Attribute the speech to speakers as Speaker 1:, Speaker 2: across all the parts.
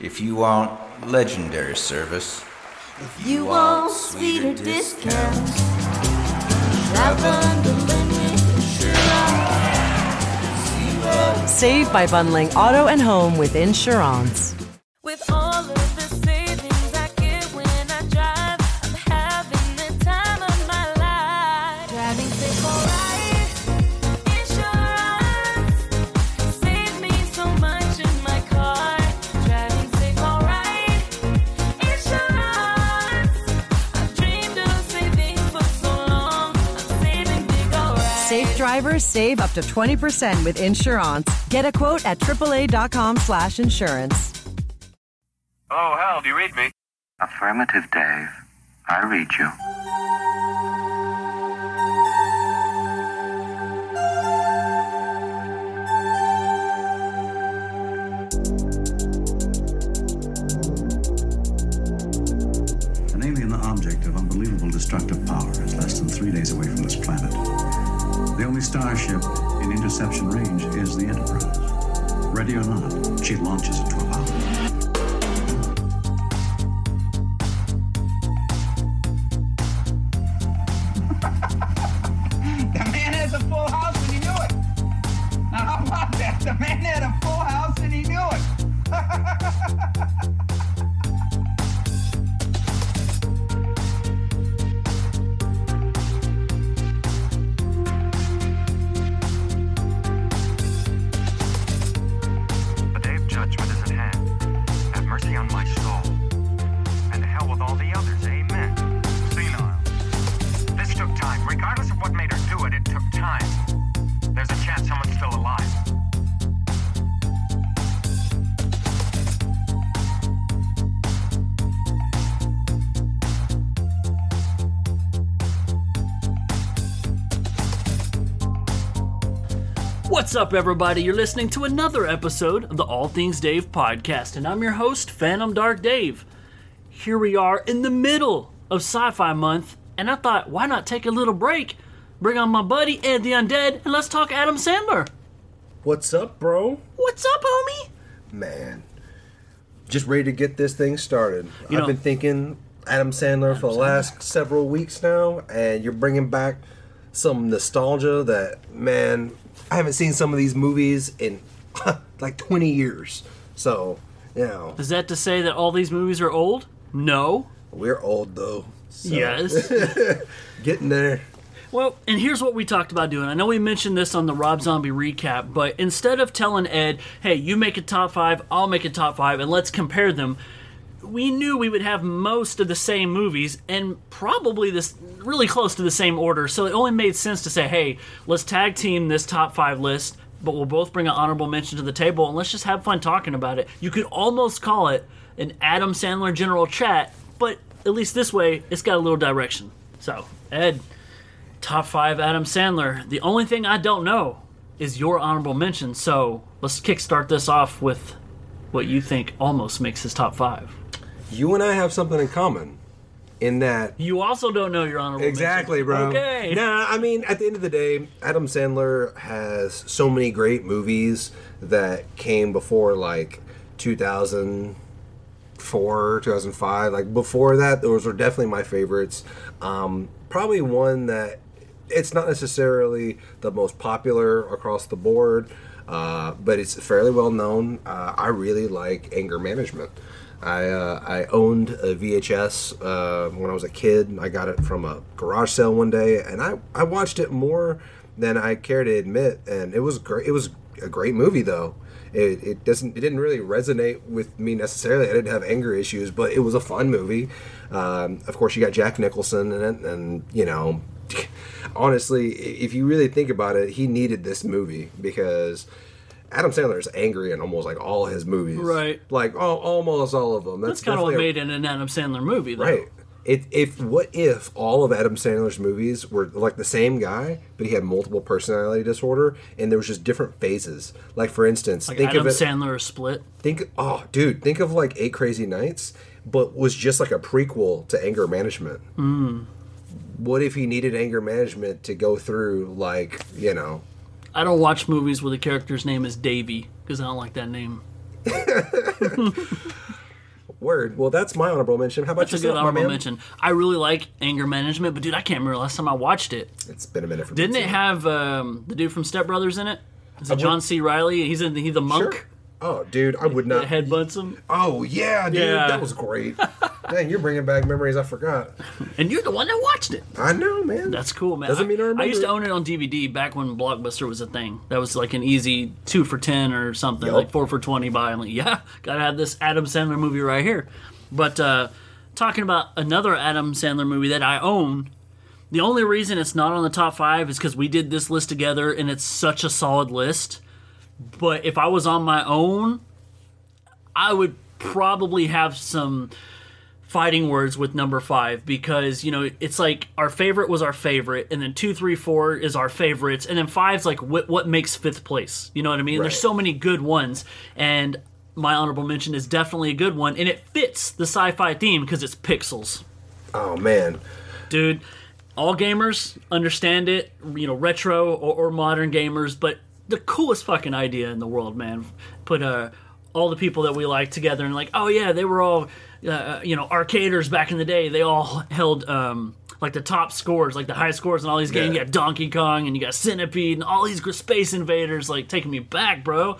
Speaker 1: If you want legendary service,
Speaker 2: If you want sweeter discounts, drive under limit insurance.
Speaker 3: Save by bundling auto and home with insurance.
Speaker 2: With all of the savings I get when I drive, I'm having the time of my life. Driving safe, alright. Insurance saved me so much in my car. Driving safe, alright. Insurance. I've dreamed of saving for so long. I'm saving big, alright.
Speaker 3: Safe drivers save up to 20% with insurance. Get a quote at AAA.com slash insurance.
Speaker 4: Oh, Hal, do you read me?
Speaker 5: Affirmative, Dave. I read you.
Speaker 6: An alien object of unbelievable destructive power is less than three days away from this planet. The only starship in interception range is the Enterprise. Ready or not, she launches at 12 hours.
Speaker 7: The man has a full house and he knew it. Now, how about that? The man had a full house and he knew it.
Speaker 5: The day of judgment is at hand. Have mercy on my soul. And to hell with all the others. Amen. Senile. This took time. Regardless of what made her do it, it took time. There's a chance someone's still alive.
Speaker 8: What's up, everybody? You're listening to another episode of the All Things Dave podcast, and I'm your host, Phantom Dark Dave. Here we are in the middle of Sci Fi Month, and I thought, why not take a little break, bring on my buddy Ed the Undead, and let's talk Adam Sandler.
Speaker 9: What's up, bro?
Speaker 8: What's up, homie?
Speaker 9: Man, just ready to get this thing started.
Speaker 8: You
Speaker 9: I've
Speaker 8: know-
Speaker 9: been thinking Adam Sandler for the last several weeks now, and you're bringing back some nostalgia that, man, I haven't seen some of these movies in like 20 years. So, you know,
Speaker 8: Is that to say that all these movies are old? No.
Speaker 9: we're old though. So,
Speaker 8: Yes.
Speaker 9: Getting there.
Speaker 8: Well, and here's what we talked about doing. I know we mentioned this on the Rob Zombie recap, but instead of telling Ed, hey, you make a top five, I'll make a top five, and let's compare them, we knew we would have most of the same movies and probably this really close to the same order. So it only made sense to say, hey, let's tag team this top five list, but we'll both bring an honorable mention to the table and let's just have fun talking about it. You could almost call it an Adam Sandler general chat, but at least this way, it's got a little direction. So, Ed. Top five Adam Sandler. The only thing I don't know is your honorable mention. So let's kickstart this off with what you think almost makes his top five.
Speaker 9: You and I have something in common in that
Speaker 8: You also don't know your honorable
Speaker 9: Exactly,
Speaker 8: mention.
Speaker 9: bro.
Speaker 8: Okay.
Speaker 9: Nah, I mean, at the end of the day, Adam Sandler has so many great movies that came before like 2004, 2005. Like before that, those were definitely my favorites. Um, probably one that it's not necessarily the most popular across the board, uh, but it's fairly well known. Uh, I really like anger management. I uh, I owned a VHS uh, when I was a kid. I got it from a garage sale one day, and I, I watched it more than I care to admit. And it was great. It was a great movie, though. It, it doesn't it didn't really resonate with me necessarily. I didn't have anger issues, but it was a fun movie. Um, of course, you got Jack Nicholson in it, and you know honestly, i- if you really think about it, he needed this movie because Adam Sandler is angry in almost like all his movies.
Speaker 8: Right.
Speaker 9: Like all, almost all of them.
Speaker 8: That's kind of what
Speaker 9: definitely a-
Speaker 8: made it an Adam Sandler movie, though.
Speaker 9: Right. If, if what if all of Adam Sandler's movies were like the same guy, but he had multiple personality disorder, and there was just different phases. Like for instance,
Speaker 8: Like
Speaker 9: think
Speaker 8: Adam
Speaker 9: of it.
Speaker 8: Sandler is split.
Speaker 9: Think, oh, dude, think of like Eight Crazy Nights, but was just like a prequel to Anger Management. Mm.
Speaker 8: Hmm.
Speaker 9: What if he needed anger management to go through, like, you know,
Speaker 8: I don't watch movies where the character's name is Davy because I don't like that name.
Speaker 9: word. Well, that's my honorable mention. How about
Speaker 8: That's a
Speaker 9: yourself,
Speaker 8: good
Speaker 9: my
Speaker 8: honorable
Speaker 9: man?
Speaker 8: mention. I really like Anger Management, but dude, I can't remember last time I watched it.
Speaker 9: It's been a minute for me
Speaker 8: Didn't
Speaker 9: too.
Speaker 8: it have um, the dude from Step Brothers in it? Is it John C. Riley? He's in the, he's the monk
Speaker 9: Sure. Oh, dude, I would not.
Speaker 8: that headbutts him.
Speaker 9: Oh yeah, dude,
Speaker 8: Yeah.
Speaker 9: that was great. man, you're bringing back memories I forgot.
Speaker 8: And you're the one that watched it.
Speaker 9: I know, man.
Speaker 8: That's cool, man.
Speaker 9: Doesn't mean I remember.
Speaker 8: I used to
Speaker 9: it.
Speaker 8: own it on DVD back when Blockbuster was a thing. That was like an easy two for ten or something,
Speaker 9: Yup.
Speaker 8: like four for twenty buy. And like, yeah, gotta have this Adam Sandler movie right here. But uh, talking about another Adam Sandler movie that I own, the only reason it's not on the top five is because we did this list together, and it's such a solid list. But if I was on my own, I would probably have some fighting words with number five because you know it's like our favorite was our favorite and then two three four is our favorites and then five's like what, what makes fifth place you know what i mean
Speaker 9: Right.
Speaker 8: there's so many good ones and my honorable mention is definitely a good one and it fits the sci-fi theme because it's pixels
Speaker 9: Oh man,
Speaker 8: dude all gamers understand it you know retro or, or modern gamers but the coolest fucking idea in the world man put uh, all the people that we like together and like oh yeah they were all uh, you know arcaders back in the day they all held um like the top scores, like the high scores in all these games.
Speaker 9: Yeah.
Speaker 8: You got Donkey Kong and you got Centipede and all these gr- Space Invaders, like taking me back, bro.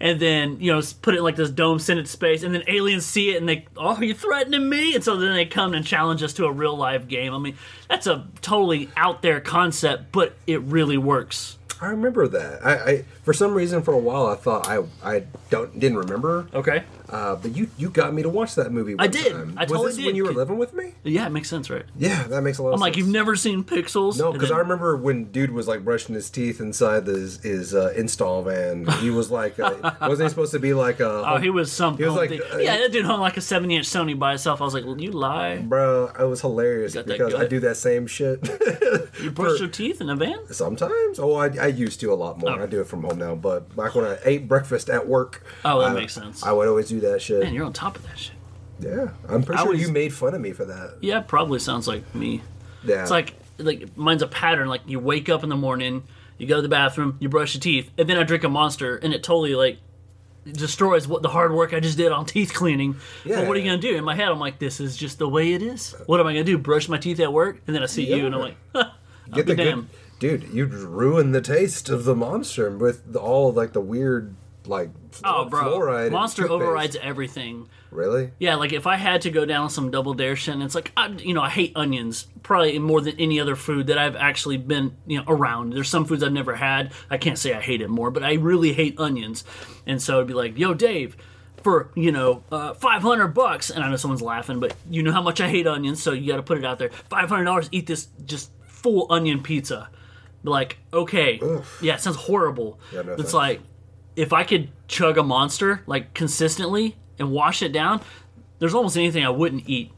Speaker 8: And then you know, s- put it in, like this dome, send it to space, and then aliens see it and they, oh, are you threatening me? And so then they come and challenge us to a real life game. I mean, that's a totally out there concept, but it really works.
Speaker 9: I remember that. I, I for some reason for a while I thought I I don't didn't remember.
Speaker 8: Okay.
Speaker 9: Uh, but you you got me to watch that movie. One
Speaker 8: I did.
Speaker 9: Time.
Speaker 8: I
Speaker 9: was
Speaker 8: totally
Speaker 9: this
Speaker 8: did.
Speaker 9: when you were living with me?
Speaker 8: Yeah, it makes sense, right?
Speaker 9: Yeah, that makes a lot.
Speaker 8: I'm
Speaker 9: of
Speaker 8: like,
Speaker 9: sense.
Speaker 8: you've never seen Pixels?
Speaker 9: No,
Speaker 8: And
Speaker 9: because
Speaker 8: then-
Speaker 9: I remember when dude was like brushing his teeth inside his his uh, install van. He was like, uh, wasn't he supposed to be like uh, a?
Speaker 8: Oh, he was some.
Speaker 9: He was
Speaker 8: home
Speaker 9: like,
Speaker 8: thing.
Speaker 9: uh,
Speaker 8: yeah, that dude hung like a 70 inch Sony by itself. I was like, well, you lie.
Speaker 9: Bro, it was hilarious
Speaker 8: Got that
Speaker 9: because I
Speaker 8: gut.
Speaker 9: do that same shit
Speaker 8: You brush your teeth in a van?
Speaker 9: sometimes. Oh, I, I used to a lot more.
Speaker 8: Oh.
Speaker 9: I do it from home now, but back when I ate breakfast at work,
Speaker 8: Oh, that
Speaker 9: I-
Speaker 8: makes sense.
Speaker 9: I would always do that shit.
Speaker 8: Man, you're on top of that shit.
Speaker 9: yeah, I'm pretty
Speaker 8: I
Speaker 9: sure
Speaker 8: was-
Speaker 9: you made fun of me for that.
Speaker 8: Yeah, probably sounds like me.
Speaker 9: Yeah,
Speaker 8: It's like like mine's a pattern. Like you wake up in the morning, you go to the bathroom, you brush your teeth, and then I drink a monster, and it totally like destroys what the hard work I just did on teeth cleaning.
Speaker 9: Yeah.
Speaker 8: But what are you gonna do? In my head, I'm like, this is just the way it is. What am I gonna do? Brush my teeth at work, and then I see you, and I'm like,
Speaker 9: get the
Speaker 8: be
Speaker 9: good,
Speaker 8: damned.
Speaker 9: dude. You ruined the taste of the monster with the, all like the weird like fl-
Speaker 8: oh, bro,
Speaker 9: fluoride
Speaker 8: monster
Speaker 9: toothpaste.
Speaker 8: overrides everything.
Speaker 9: Really?
Speaker 8: Yeah, like if I had to go down some double dare shit, and it's like, I, you know, I hate onions probably more than any other food that I've actually been, you know, around. There's some foods I've never had. I can't say I hate it more, but I really hate onions. And so it'd be like, yo, Dave, for, you know, uh, 500 bucks. And I know someone's laughing, but you know how much I hate onions, so you got to put it out there. $500, eat this just full onion pizza. Like, okay. Yeah, it sounds horrible.
Speaker 9: Yeah, no
Speaker 8: it's
Speaker 9: thanks.
Speaker 8: like, if I could chug a monster like consistently and wash it down, there's almost anything I wouldn't eat,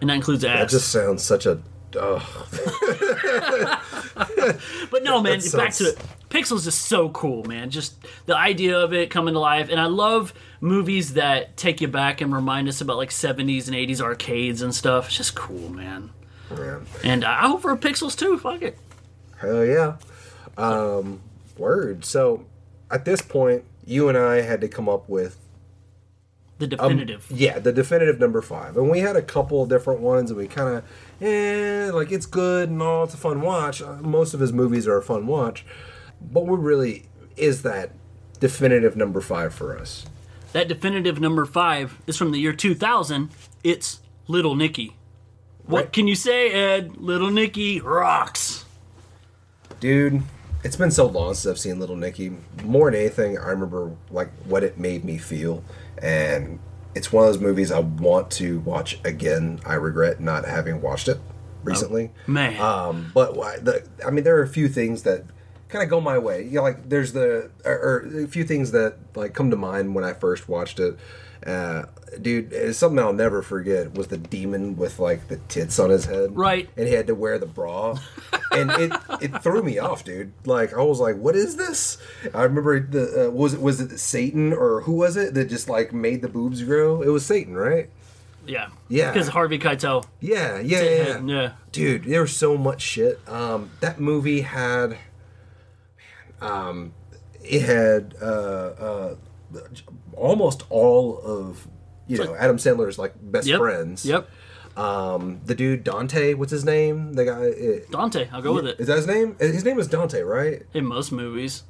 Speaker 8: and that includes
Speaker 9: That
Speaker 8: ass.
Speaker 9: just sounds such a. oh, Ugh.
Speaker 8: but no, man,
Speaker 9: that
Speaker 8: back to
Speaker 9: sounds-
Speaker 8: it. Pixels is so cool, man. Just the idea of it coming to life, and I love movies that take you back and remind us about like 70s and 80s arcades and stuff. It's just cool, man.
Speaker 9: Yeah.
Speaker 8: And I hope for Pixels too. Fuck it.
Speaker 9: Hell yeah. Um, word. So at this point, you and I had to come up with
Speaker 8: The
Speaker 9: Um,
Speaker 8: definitive.
Speaker 9: yeah the definitive number five, and we had a couple of different ones, and we kind of eh like it's good and all. It's a fun watch. Uh, Most of his movies are a fun watch, but what really is that definitive number five for us?
Speaker 8: that definitive number five is from the year 2000. It's Little Nicky. What can you say, Ed? Little Nicky rocks.
Speaker 9: Dude, it's been so long since I've seen Little Nicky. More than anything, I remember like what it made me feel, and it's one of those movies I want to watch again. I regret not having watched it recently.
Speaker 8: Man.
Speaker 9: Um, but why- the, I mean, there are a few things that kind of go my way. You know, like there's the or, or a few things that like come to mind when I first watched it. Uh, dude, it's something I'll never forget was the demon with like the tits on his head,
Speaker 8: Right.
Speaker 9: And he had to wear the bra, and it it threw me off, dude. Like I was like, what is this? I remember the uh, was it was it Satan or who was it that just like made the boobs grow? It was Satan, right?
Speaker 8: yeah.
Speaker 9: Yeah.
Speaker 8: Because Harvey Keitel.
Speaker 9: Yeah, yeah, yeah,
Speaker 8: Satan, yeah.
Speaker 9: Dude, there was so much shit. Um, that movie had, man, um, it had uh, uh, almost all of you know Adam Sandler's like best
Speaker 8: Yep.
Speaker 9: friends.
Speaker 8: Yep.
Speaker 9: Um, the dude Dante, what's his name? The guy. It,
Speaker 8: Dante, I'll go with it.
Speaker 9: Is that his name? His name is Dante, right?
Speaker 8: In most movies,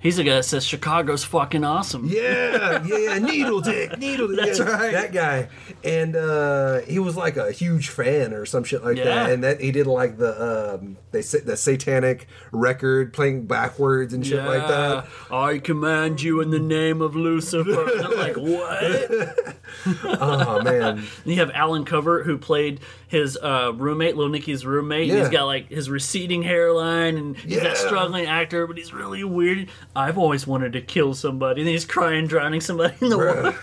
Speaker 8: he's the guy that says Chicago's fucking awesome.
Speaker 9: Yeah, yeah, needle dick, needle dick.
Speaker 8: That's
Speaker 9: yeah,
Speaker 8: right.
Speaker 9: That guy. And uh, he was like a huge fan or some shit like
Speaker 8: Yeah.
Speaker 9: that. And that he did like the um, they sa- the satanic record playing backwards and shit like that.
Speaker 8: Yeah, I command you in the name of Lucifer. And I'm like, what?
Speaker 9: Oh man.
Speaker 8: And you have Alan Covert, who played his uh, roommate, Lil Nicky's roommate. and He's
Speaker 9: Yeah.
Speaker 8: got like his receding hairline, and he's
Speaker 9: Yeah.
Speaker 8: that struggling actor, but he's really weird. I've always wanted to kill somebody, and he's crying, drowning somebody in the water.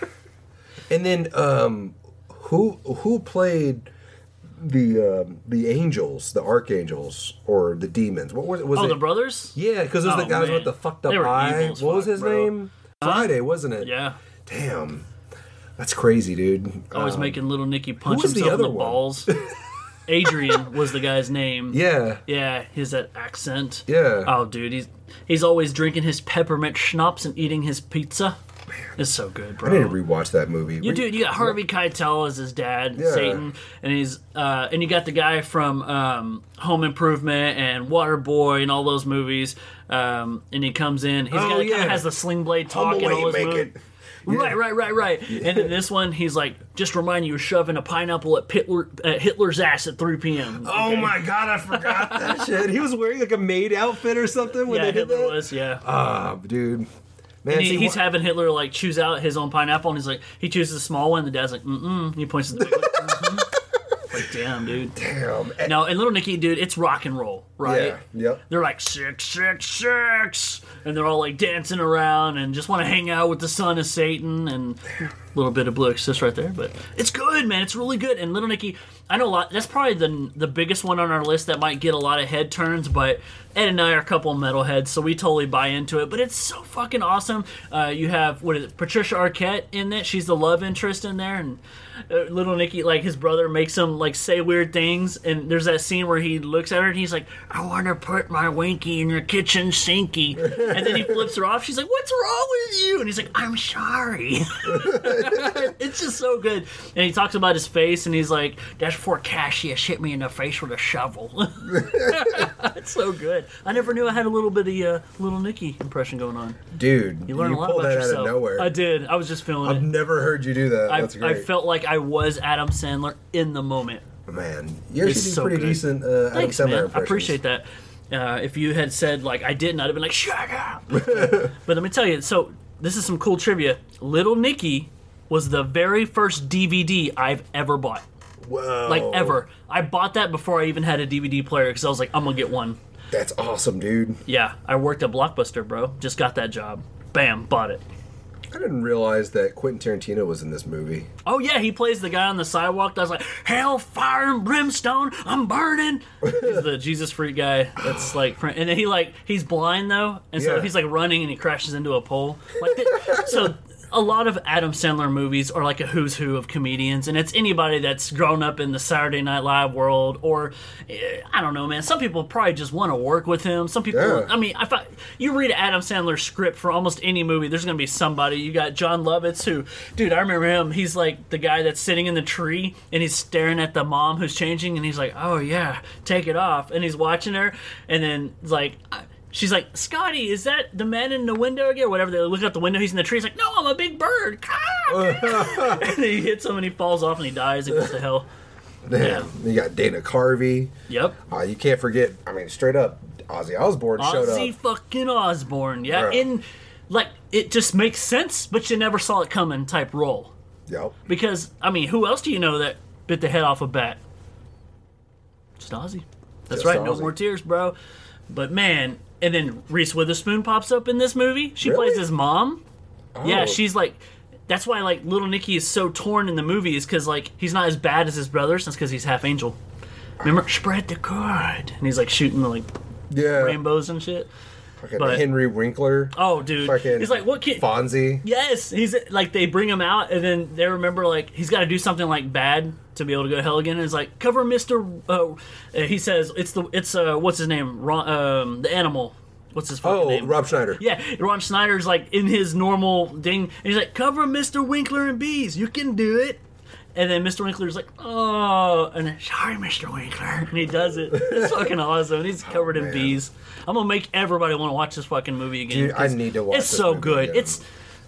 Speaker 9: and then um, who who played the um, the angels, the archangels, or the demons? What was it? Was
Speaker 8: Oh,
Speaker 9: it?
Speaker 8: the brothers?
Speaker 9: yeah, because it was
Speaker 8: Oh,
Speaker 9: the guys
Speaker 8: man.
Speaker 9: with the fucked up
Speaker 8: They were
Speaker 9: eye.
Speaker 8: evil
Speaker 9: What
Speaker 8: as
Speaker 9: was
Speaker 8: fuck,
Speaker 9: his
Speaker 8: bro.
Speaker 9: name? Friday, wasn't it?
Speaker 8: Yeah.
Speaker 9: Damn. That's crazy, dude.
Speaker 8: Always
Speaker 9: Um,
Speaker 8: making little Nicky punch
Speaker 9: was the
Speaker 8: himself in
Speaker 9: other
Speaker 8: the
Speaker 9: one?
Speaker 8: balls. Adrian was the guy's name.
Speaker 9: Yeah.
Speaker 8: Yeah, his that accent.
Speaker 9: Yeah.
Speaker 8: Oh, dude, he's he's always drinking his peppermint schnapps and eating his pizza. It's so good, bro.
Speaker 9: I need to rewatch that movie.
Speaker 8: You dude, you got Harvey Keitel as his dad,
Speaker 9: Yeah.
Speaker 8: Satan, and he's uh, and you got the guy from um, Home Improvement and Waterboy and all those movies. Um, and he comes in, he's
Speaker 9: Oh,
Speaker 8: got, kind
Speaker 9: yeah.
Speaker 8: of has the sling blade talk
Speaker 9: Humble
Speaker 8: and
Speaker 9: way
Speaker 8: all
Speaker 9: you
Speaker 8: his
Speaker 9: make
Speaker 8: movies.
Speaker 9: it.
Speaker 8: Right, right, right, right. And in this one, he's like, just remind you, you're shoving a pineapple at, Pitler, at Hitler's ass at 3 p.m.
Speaker 9: Oh my god, I forgot that shit. He was wearing like a maid outfit or something when
Speaker 8: yeah,
Speaker 9: they did
Speaker 8: Hitler
Speaker 9: that.
Speaker 8: was, yeah.
Speaker 9: Ah, dude. Man,
Speaker 8: And he,
Speaker 9: see,
Speaker 8: he's
Speaker 9: wh-
Speaker 8: having Hitler like choose out his own pineapple, and he's like, he chooses a small one. And the dad's like, mm mm. and He points at the big one. mhm. Like, damn, dude.
Speaker 9: damn. eh,
Speaker 8: No, and Little Nicky, dude, it's rock and roll, right?
Speaker 9: Yeah. Yep.
Speaker 8: They're like six, six, six, and they're all like dancing around and just want to hang out with the son of Satan and a little bit of Blue Exorcist right there. But it's good, man. It's really good. And Little Nicky, I know a lot. That's probably the the biggest one on our list that might get a lot of head turns. But Ed and I are a couple of metalheads, so we totally buy into it. But it's so fucking awesome. Uh, you have what is it, Patricia Arquette in it? She's the love interest in there, and uh, little Nicky, like his brother, makes him like say weird things. And there's that scene where he looks at her and he's like, "I want to put my winky in your kitchen sinky," and then he flips her off. She's like, "What's wrong with you?" And he's like, "I'm sorry." it's just so good. And he talks about his face and he's like, "That's before Cassius hit me in the face with a shovel." it's so good. I never knew I had a little bit of uh, little Nicky impression going on.
Speaker 9: dude,
Speaker 8: You learn a lot
Speaker 9: pulled
Speaker 8: about
Speaker 9: that
Speaker 8: yourself.
Speaker 9: out of nowhere.
Speaker 8: I did. I was just feeling
Speaker 9: I've
Speaker 8: it.
Speaker 9: never heard you do that.
Speaker 8: I,
Speaker 9: Oh, That's
Speaker 8: I
Speaker 9: great.
Speaker 8: felt like I was Adam Sandler in the moment.
Speaker 9: man, you actually
Speaker 8: It's
Speaker 9: do
Speaker 8: so
Speaker 9: pretty
Speaker 8: good.
Speaker 9: decent. Uh,
Speaker 8: Thanks,
Speaker 9: Adam Sandler
Speaker 8: man. I
Speaker 9: impressions.
Speaker 8: appreciate that. Uh, if you had said like I didn't, I'd have been like, "Shut up." but let me tell you. So this is some cool trivia. Little Nicky was the very first DVD I've ever bought,
Speaker 9: Whoa,
Speaker 8: like ever. I bought that before I even had a DVD player because I was like, "I'm gonna get one."
Speaker 9: That's awesome, dude.
Speaker 8: Yeah, I worked at Blockbuster, bro. Just got that job. Bam, bought it.
Speaker 9: I didn't realize that Quentin Tarantino was in this movie.
Speaker 8: Oh yeah, he plays the guy on the sidewalk. That's like hellfire and brimstone. I'm burning. He's the Jesus freak guy. That's like, print- and then he like he's blind though, and so
Speaker 9: Yeah.
Speaker 8: he's like running and he crashes into a pole. Like, th- so a lot of Adam Sandler movies are like a who's who of comedians, and it's anybody that's grown up in the Saturday Night Live world, or eh, I don't know, man. Some people probably just want to work with him. Some people,
Speaker 9: Yeah.
Speaker 8: I mean, if I, you read Adam Sandler's script for almost any movie, there's going to be somebody. You got John Lovitz, who, dude, I remember him. He's like the guy that's sitting in the tree and he's staring at the mom who's changing, and he's like, "Oh yeah, take it off," and he's watching her, and then like. I- She's like, Scotty, is that the man in the window again? Whatever. They look out the window. He's in the tree. He's like, No, I'm a big bird. Ah! and he hits him, and he falls off, and he dies and goes to hell.
Speaker 9: Damn. You got Dana Carvey.
Speaker 8: Yep.
Speaker 9: Uh, you can't forget. I mean, straight up, Ozzy Osbourne showed up.
Speaker 8: Ozzy fucking Osbourne, yeah,
Speaker 9: Bruh.
Speaker 8: in like it just makes sense, but you never saw it coming type role.
Speaker 9: Yep.
Speaker 8: Because I mean, who else do you know that bit the head off a bat? Just Ozzy. That's
Speaker 9: Just
Speaker 8: right. No
Speaker 9: Ozzy.
Speaker 8: more tears, bro. But man, and then Reese Witherspoon pops up in this movie. She
Speaker 9: Really?
Speaker 8: plays his mom. Yeah,
Speaker 9: Oh.
Speaker 8: she's like. That's why like little Nicky is so torn in the movie is because like he's not as bad as his brothers. That's because he's half angel. Remember, spread the cord, and he's like shooting like
Speaker 9: Yeah.
Speaker 8: rainbows and shit.
Speaker 9: Fucking
Speaker 8: but-
Speaker 9: Henry Winkler.
Speaker 8: Oh, dude.
Speaker 9: Fucking
Speaker 8: he's like, what kid?
Speaker 9: Fonzie.
Speaker 8: Yes, he's like they bring him out, and then they remember like he's got to do something like bad to be able to go to hell again. And it's like cover Mister. Uh, uh, he says it's the it's uh what's his name Ron, um the animal what's his fucking
Speaker 9: Oh,
Speaker 8: name?
Speaker 9: Rob Schneider.
Speaker 8: Yeah, and Rob Schneider's like in his normal ding, and he's like, "Cover Mr. Winkler and bees, you can do it." And then Mr. Winkler's like, "Oh," and then, sorry, Mr. Winkler, and he does it. It's fucking awesome. He's covered in
Speaker 9: Oh, man.
Speaker 8: bees. I'm gonna make everybody want to watch this fucking movie again.
Speaker 9: Dude, I
Speaker 8: 'cause
Speaker 9: need to watch
Speaker 8: It's
Speaker 9: this
Speaker 8: so
Speaker 9: movie
Speaker 8: good.
Speaker 9: again.
Speaker 8: It's,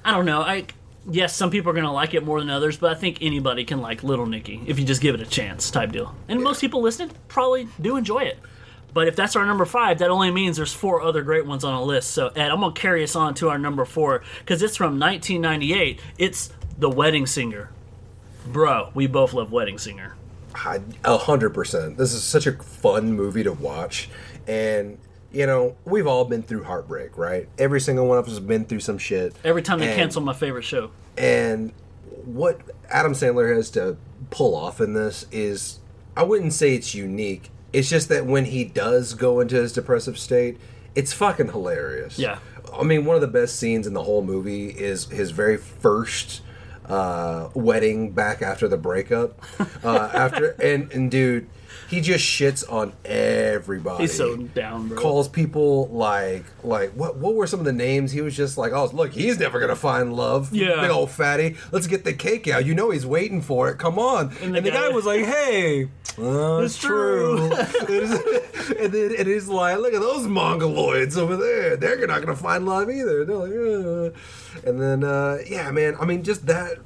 Speaker 8: I don't know. I yes, some people are gonna like it more than others, but I think anybody can like Little Nicky if you just give it a chance, type deal. And most people listening probably do enjoy it. But if that's our number five, that only means there's four other great ones on a list. So, Ed, I'm gonna carry us on to our number four because it's from 1998. It's The Wedding Singer. Bro, we both love Wedding Singer.
Speaker 9: I- A hundred percent. This is such a fun movie to watch, and you know we've all been through heartbreak, right? Every single one of us has been through some shit.
Speaker 8: Every time they
Speaker 9: And-
Speaker 8: cancel my favorite show,
Speaker 9: and what Adam Sandler has to pull off in this is, I wouldn't say it's unique. It's just that when he does go into his depressive state, it's fucking hilarious.
Speaker 8: Yeah.
Speaker 9: I mean, one of the best scenes in the whole movie is his very first uh, wedding back after the breakup. Uh, after and and dude, he just shits on everybody.
Speaker 8: he's so down, bro.
Speaker 9: Calls people like like what what were some of the names? He was just like, oh look, he's never gonna find love.
Speaker 8: Yeah.
Speaker 9: big old fatty. Let's get the cake out. You know he's waiting for it. Come on. And
Speaker 8: the
Speaker 9: the, guy,
Speaker 8: guy-
Speaker 9: was like, hey, uh,
Speaker 8: It's
Speaker 9: it's true. It is- and then and he's like, look at those mongoloids over there. They're not gonna find love either. They're like, "Uh." and then uh, yeah, man. I mean, just that.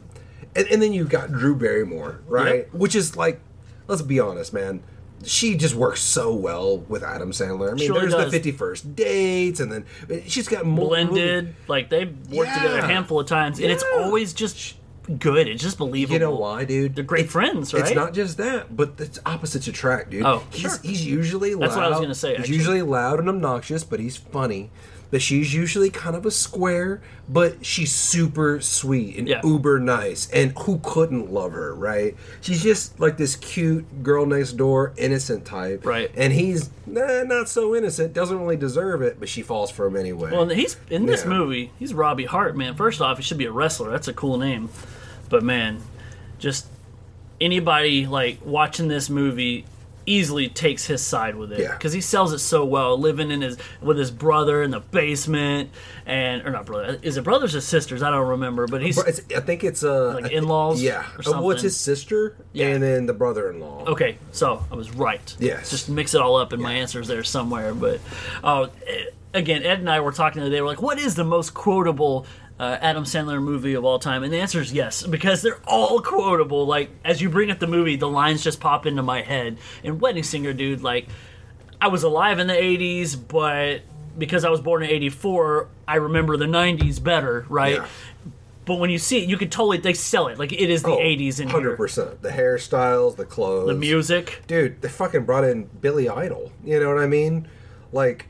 Speaker 9: And, and then you got Drew Barrymore, right?
Speaker 8: Yep.
Speaker 9: Which is like, let's be honest, man. She just works so well with Adam Sandler. I mean,
Speaker 8: She really
Speaker 9: there's
Speaker 8: does.
Speaker 9: the fifty first dates, and then she's got more
Speaker 8: blended. Like they've worked together a
Speaker 9: Yeah.
Speaker 8: handful of times, and it's
Speaker 9: Yeah.
Speaker 8: always just good. It's just believable.
Speaker 9: You know why, dude?
Speaker 8: They're great friends, right?
Speaker 9: It's not just that, but it's opposites attract, dude.
Speaker 8: Oh,
Speaker 9: he's,
Speaker 8: sure.
Speaker 9: he's usually loud.
Speaker 8: That's what I was gonna say,
Speaker 9: He's
Speaker 8: actually.
Speaker 9: usually loud and obnoxious, but he's funny. But she's usually kind of a square, but she's super sweet and
Speaker 8: Yeah.
Speaker 9: uber nice. And who couldn't love her, right? She's just like this cute girl next door, innocent type,
Speaker 8: Right.
Speaker 9: And he's nah, not so innocent, doesn't really deserve it, but she falls for him anyway.
Speaker 8: Well, and he's in this
Speaker 9: Yeah.
Speaker 8: movie. He's Robbie Hart, man. First off, he should be a wrestler. That's a cool name, but man, just anybody like watching this movie easily takes his side with it
Speaker 9: Yeah.
Speaker 8: because he sells it so well. Living in his with his brother in the basement, and or not brother. Is it brothers or sisters? I don't remember. But he's
Speaker 9: Bro, it's, I think it's uh,
Speaker 8: Like
Speaker 9: I thi-
Speaker 8: in-laws
Speaker 9: Yeah.
Speaker 8: or
Speaker 9: Uh, Well, it's
Speaker 8: something.
Speaker 9: his sister
Speaker 8: Yeah. Oh,
Speaker 9: and then the brother-in-law.
Speaker 8: Okay, so I was right.
Speaker 9: Yes.
Speaker 8: Just mix it all up, and my answer's there somewhere. But uh, eh, again, Ed and I were talking today. We're like, what is the most quotable uh, Adam Sandler movie of all time? And the answer is yes, because they're all quotable. Like, as you bring up the movie, the lines just pop into my head. And Wedding Singer, dude, like, I was alive in the 80s, but because I was born in 84, I remember the 90s better, right?
Speaker 9: Yeah.
Speaker 8: But when you see it, you could totally, they sell it. Like, it is the 80s in
Speaker 9: Oh, hundred
Speaker 8: here.
Speaker 9: percent. The hairstyles, the clothes,
Speaker 8: The music.
Speaker 9: Dude, they fucking brought in Billy Idol. You know what I mean? Like,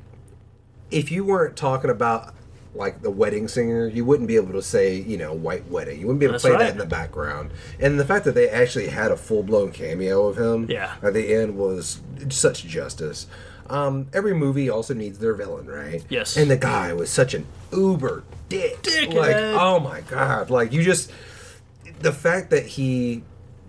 Speaker 9: if you weren't talking about like the wedding singer, you wouldn't be able to say you know white wedding. You wouldn't be able
Speaker 8: That's
Speaker 9: to play
Speaker 8: right.
Speaker 9: that in the background. And the fact that they actually had a full blown cameo of him
Speaker 8: Yeah.
Speaker 9: at the end was such justice. Um, every movie also needs their villain, right?
Speaker 8: Yes.
Speaker 9: And the guy was such an uber dick. Like,
Speaker 8: Dickhead.
Speaker 9: oh my god! Like you just the fact that he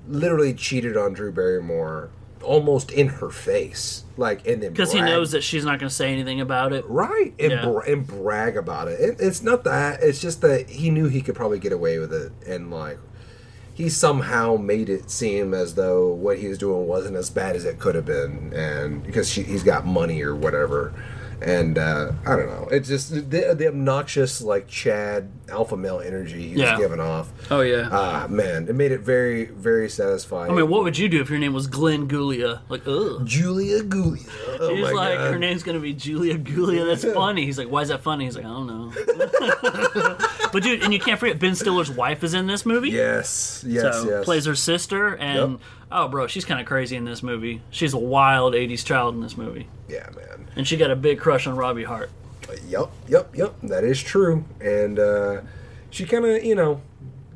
Speaker 9: literally cheated on Drew Barrymore almost in her face, like and then
Speaker 8: Because he
Speaker 9: bragged-
Speaker 8: knows that she's not going to say anything about it.
Speaker 9: right and,
Speaker 8: Yeah.
Speaker 9: bra- and brag about it. it. It's not that; it's just that he knew he could probably get away with it, and like he somehow made it seem as though what he was doing wasn't as bad as it could have been, and because she, he's got money or whatever. And uh, I don't know. It's just the, the obnoxious, like Chad alpha male energy he
Speaker 8: Yeah.
Speaker 9: was giving off.
Speaker 8: Oh, yeah.
Speaker 9: Ah, man, it made it very, very satisfying.
Speaker 8: I mean, what would you do if your name was Glenn Gulia? Like, ugh.
Speaker 9: Julia Gulia. Oh
Speaker 8: He's
Speaker 9: my
Speaker 8: like,
Speaker 9: god.
Speaker 8: her name's going to be Julia Gulia. That's funny. He's like, why is that funny? He's like, I don't know. but, dude, and you can't forget Ben Stiller's wife is in this movie.
Speaker 9: yes, yes,
Speaker 8: so,
Speaker 9: yes.
Speaker 8: plays her sister. And,
Speaker 9: Yep.
Speaker 8: oh, bro, she's kind of crazy in this movie. She's a wild 80s child in this movie.
Speaker 9: yeah, man.
Speaker 8: And she got a big crush on Robbie Hart.
Speaker 9: Yep, yep, yep. That is true. And uh, she kind of, you know,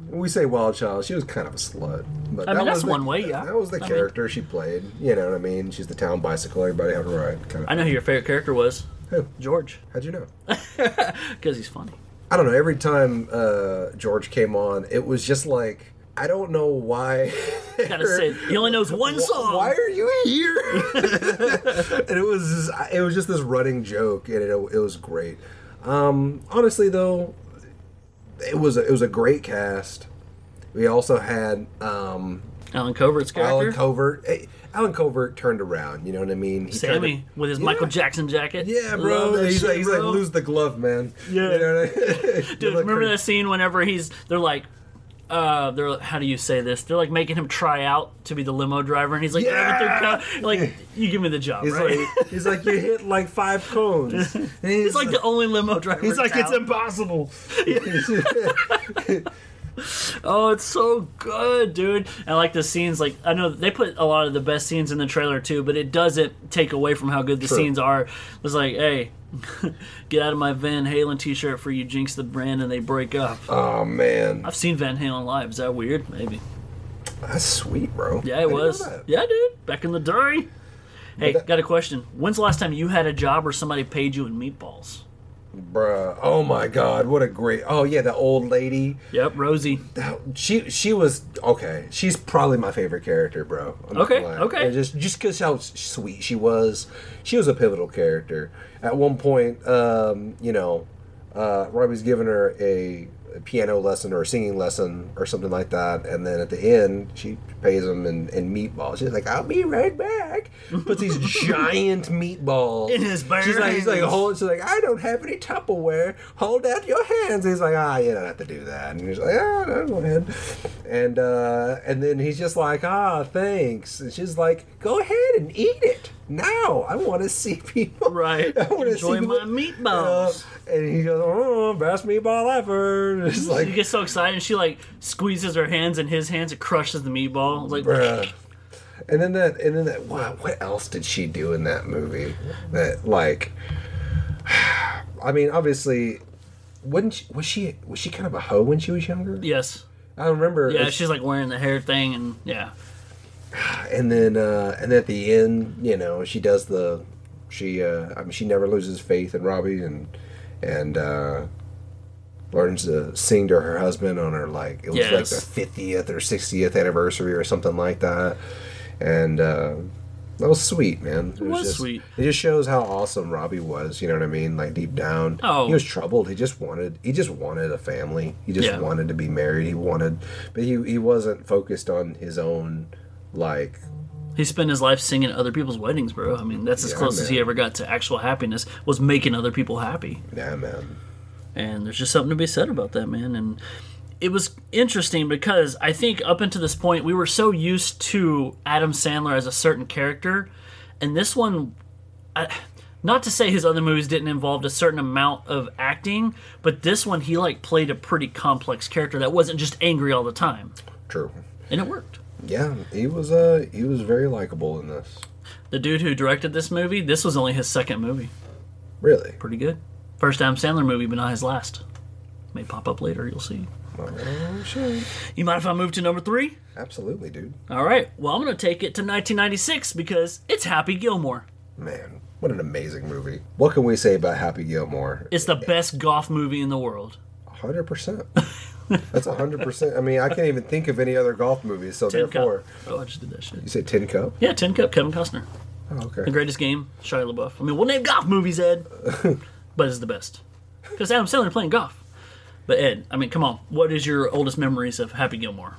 Speaker 9: we say wild child. She was kind of a slut. But
Speaker 8: I mean,
Speaker 9: that
Speaker 8: that's
Speaker 9: was the-
Speaker 8: one way, yeah.
Speaker 9: That was the
Speaker 8: I mean-
Speaker 9: character she played. You know what I mean? She's the town bicycle. Everybody had a ride. Kind of.
Speaker 8: I know who your favorite character was
Speaker 9: Who?
Speaker 8: George,
Speaker 9: How'd you know?
Speaker 8: because he's funny.
Speaker 9: I don't know. Every time uh, George came on, it was just like I don't know why
Speaker 8: Gotta say, he only knows one song.
Speaker 9: Why are you here? and it was it was just this running joke, and it, it was great. Um, honestly, though, it was a, it was a great cast. We also had um,
Speaker 8: Alan Covert's character,
Speaker 9: Alan Covert. eh, Alan Covert turned around. You know what I mean? He tried to-
Speaker 8: Sammy, with his Michael Jackson jacket.
Speaker 9: yeah,
Speaker 8: Love
Speaker 9: bro.
Speaker 8: that
Speaker 9: He's,
Speaker 8: shit,
Speaker 9: like, he's like,
Speaker 8: bro.
Speaker 9: lose the glove, man.
Speaker 8: Yeah.
Speaker 9: You know what I mean? You
Speaker 8: Dude,
Speaker 9: look
Speaker 8: remember
Speaker 9: pretty-
Speaker 8: that scene whenever he's they're like uh they're like, how do you say this? They're like making him try out to be the limo driver and he's like
Speaker 9: Yeah!
Speaker 8: "Driving through co-" like you give me the job,
Speaker 9: He's
Speaker 8: right?
Speaker 9: like, he's like, you hit like five cones. And he's,
Speaker 8: He's like the only limo driver.
Speaker 9: he's like,
Speaker 8: in
Speaker 9: it's
Speaker 8: town."
Speaker 9: impossible.
Speaker 8: Oh, it's so good, dude. And like the scenes, like I know they put a lot of the best scenes in the trailer too, but it doesn't take away from how good the
Speaker 9: True.
Speaker 8: scenes are. It's like, hey, get out of my Van Halen T-shirt for you jinx the brand, and they break up.
Speaker 9: Oh man,
Speaker 8: I've seen Van Halen live. Is that weird? Maybe.
Speaker 9: that's sweet, bro.
Speaker 8: Yeah,
Speaker 9: I
Speaker 8: it
Speaker 9: didn't know
Speaker 8: was.
Speaker 9: that.
Speaker 8: Yeah, dude. Back in the day. Hey,
Speaker 9: that-
Speaker 8: got a question. When's the last time you had a job or somebody paid you in meatballs?
Speaker 9: Bruh. Oh my god, what a great. Oh yeah, the old lady.
Speaker 8: Yep, Rosie.
Speaker 9: That- She she was okay. She's probably my favorite character, bro. I'm not
Speaker 8: Okay,
Speaker 9: gonna lie.
Speaker 8: okay.
Speaker 9: And just just because how s- sweet she was, she was a pivotal character. At one point, um, you know, uh, Robbie's giving her a, a piano lesson or a singing lesson or something like that, and then at the end, she pays him in, in meatballs. She's like, "I'll be right back." Puts these giant meatballs
Speaker 8: In his bare
Speaker 9: She's like, he's like,
Speaker 8: hands.
Speaker 9: hold. She's like, I don't have any Tupperware. Hold out your hands. He's like, ah, you don't have to do that. And he's like, ah, no, go ahead. And uh, and then he's just like, ah, thanks. And she's like, go ahead and eat it now. I want to see people.
Speaker 8: Right.
Speaker 9: I want to
Speaker 8: Enjoy
Speaker 9: see
Speaker 8: my
Speaker 9: people-
Speaker 8: meatballs.
Speaker 9: Uh, and he goes, oh, best meatball ever. And it's
Speaker 8: she
Speaker 9: like,
Speaker 8: gets so excited and she like squeezes her hands in his hands and crushes the meatball. Like
Speaker 9: bruh. And then that, and then that. Wow, what else did she do in that movie? That like, I mean, obviously, wasn't she, was she was she kind of a hoe when she was younger?
Speaker 8: Yes.
Speaker 9: I remember.
Speaker 8: Yeah,
Speaker 9: it's-
Speaker 8: she's like wearing the hair thing and yeah.
Speaker 9: and then uh, and at the end, you know, she does the she. Uh, I mean, she never loses faith in Robbie and and uh, learns to sing to her husband on her like it was like
Speaker 8: Yes.
Speaker 9: the fiftieth or sixtieth anniversary or something like that, and. Uh, that was sweet, man. It,
Speaker 8: was
Speaker 9: just,
Speaker 8: sweet.
Speaker 9: It just shows how awesome Robbie was. You know what I mean? Like deep down,
Speaker 8: Oh.
Speaker 9: he was troubled. He just wanted. He just wanted a family. He just
Speaker 8: Yeah.
Speaker 9: wanted to be married. He wanted, but he he wasn't focused on his own like
Speaker 8: He spent his life singing at other people's weddings, bro. I mean, that's as
Speaker 9: Yeah,
Speaker 8: close as he
Speaker 9: man.
Speaker 8: ever got to actual happiness was making other people happy.
Speaker 9: Yeah, man.
Speaker 8: and there's just something to be said about that man and it was interesting because i think up until this point we were so used to adam sandler as a certain character and this one I, not to say his other movies didn't involve a certain amount of acting but this one he like played a pretty complex character that wasn't just angry all the time
Speaker 9: True.
Speaker 8: and it worked
Speaker 9: Yeah, he was uh he was very likable in this.
Speaker 8: the dude who directed this movie this was only his second movie
Speaker 9: Really.
Speaker 8: pretty good first adam sandler movie but not his last may pop up later you'll see
Speaker 9: Oh, sure.
Speaker 8: you mind if i move to number three
Speaker 9: Absolutely, dude.
Speaker 8: All right. Well, I'm going to take it to 1996 because it's Happy Gilmore.
Speaker 9: Man, what an amazing movie. What can we say about Happy Gilmore?
Speaker 8: It's the best golf movie in the world.
Speaker 9: 100%. That's 100%. I mean, I can't even think of any other golf movies, so
Speaker 8: Tin
Speaker 9: therefore.
Speaker 8: Cup. Oh, I just did that
Speaker 9: You
Speaker 8: shit.
Speaker 9: say Tin Cup?
Speaker 8: Yeah, Tin Cup, Kevin Costner.
Speaker 9: Oh, okay.
Speaker 8: The greatest game, Shia LaBeouf. I mean, we'll name golf movies, Ed, but it's the best because Adam Sandler playing golf. But Ed, I mean, come on. What is your oldest memories of Happy Gilmore?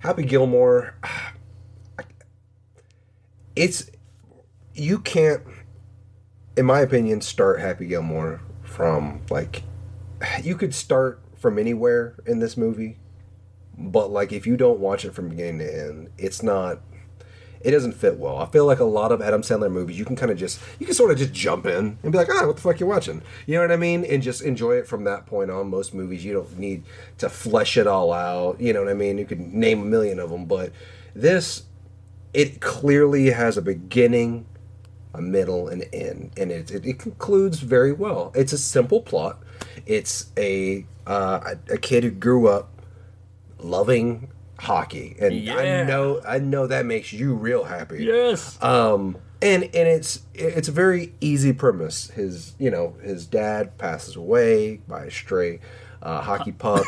Speaker 9: Happy Gilmore. It's you can't, in my opinion, start Happy Gilmore from like you could start from anywhere in this movie, but like if you don't watch it from beginning to end, it's not. It doesn't fit well. I feel like a lot of Adam Sandler movies, you can kind of just, you can sort of just jump in and be like, ah, what the fuck you watching? You know what I mean? And just enjoy it from that point on. Most movies, you don't need to flesh it all out. You know what I mean? You could name a million of them, but this, it clearly has a beginning, a middle, and end, and it, it, it concludes very well. It's a simple plot. It's a uh, a a kid who grew up loving hockey, and I
Speaker 8: Yeah.
Speaker 9: know I know that makes you real happy.
Speaker 8: Yes.
Speaker 9: Um, and and it's it's a very easy premise. His you know his dad passes away by a stray. uh, hockey puck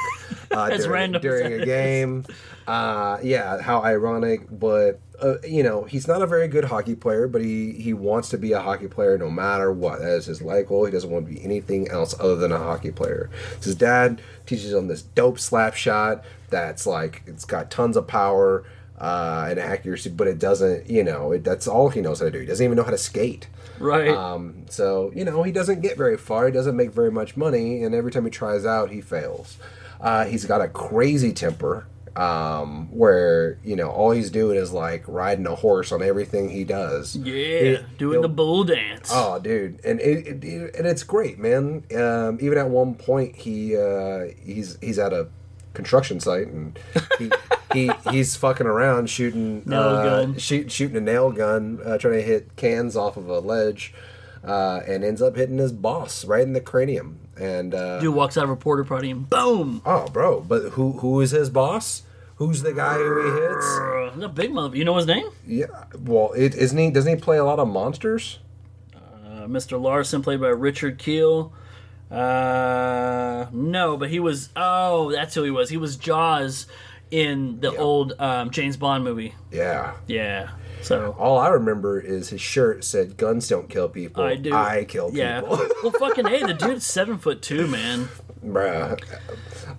Speaker 9: uh,
Speaker 8: As
Speaker 9: during,
Speaker 8: random as
Speaker 9: during
Speaker 8: that
Speaker 9: a
Speaker 8: is.
Speaker 9: game. Uh, yeah, how ironic, but uh, you know he's not a very good hockey player, but he he wants to be a hockey player no matter what. That is his life goal. He doesn't want to be anything else other than a hockey player. It's his dad teaches him this dope slap shot that's like it's got tons of power. Uh, and accuracy, but it doesn't. You know, it, that's all he knows how to do. He doesn't even know how to skate.
Speaker 8: Right.
Speaker 9: Um, so you know he doesn't get very far. He doesn't make very much money, and every time he tries out, he fails. Uh, he's got a crazy temper, um, where you know all he's doing is like riding a horse on everything he does.
Speaker 8: yeah.
Speaker 9: He-
Speaker 8: doing
Speaker 9: he'll-
Speaker 8: the bull dance.
Speaker 9: Oh, dude, and it, it, it- and it's great, man. Um, even at one point, he uh, he's he's at a construction site and he, he he's fucking around shooting
Speaker 8: Nail
Speaker 9: uh,
Speaker 8: gun.
Speaker 9: shoot, shooting a nail gun, uh, trying to hit cans off of a ledge, uh, and ends up hitting his boss right in the cranium. And uh,
Speaker 8: Dude walks out of a porter party and boom.
Speaker 9: oh, bro, but who who is his boss? Who's the guy who he hits?
Speaker 8: Uh, the big mother. You know his name?
Speaker 9: Yeah, well, it, isn't he? Doesn't he play a lot of monsters?
Speaker 8: Uh, Mr. Larson, played by Richard Keel. Uh, no, but he was. Oh, that's who he was. He was Jaws in the old um, James Bond movie.
Speaker 9: Yeah,
Speaker 8: Yeah. So.
Speaker 9: All I remember is his shirt said "Guns don't kill people.
Speaker 8: I do.
Speaker 9: kill
Speaker 8: yeah.
Speaker 9: people."
Speaker 8: well, fucking hey, the dude's seven foot two, man.
Speaker 9: Bruh.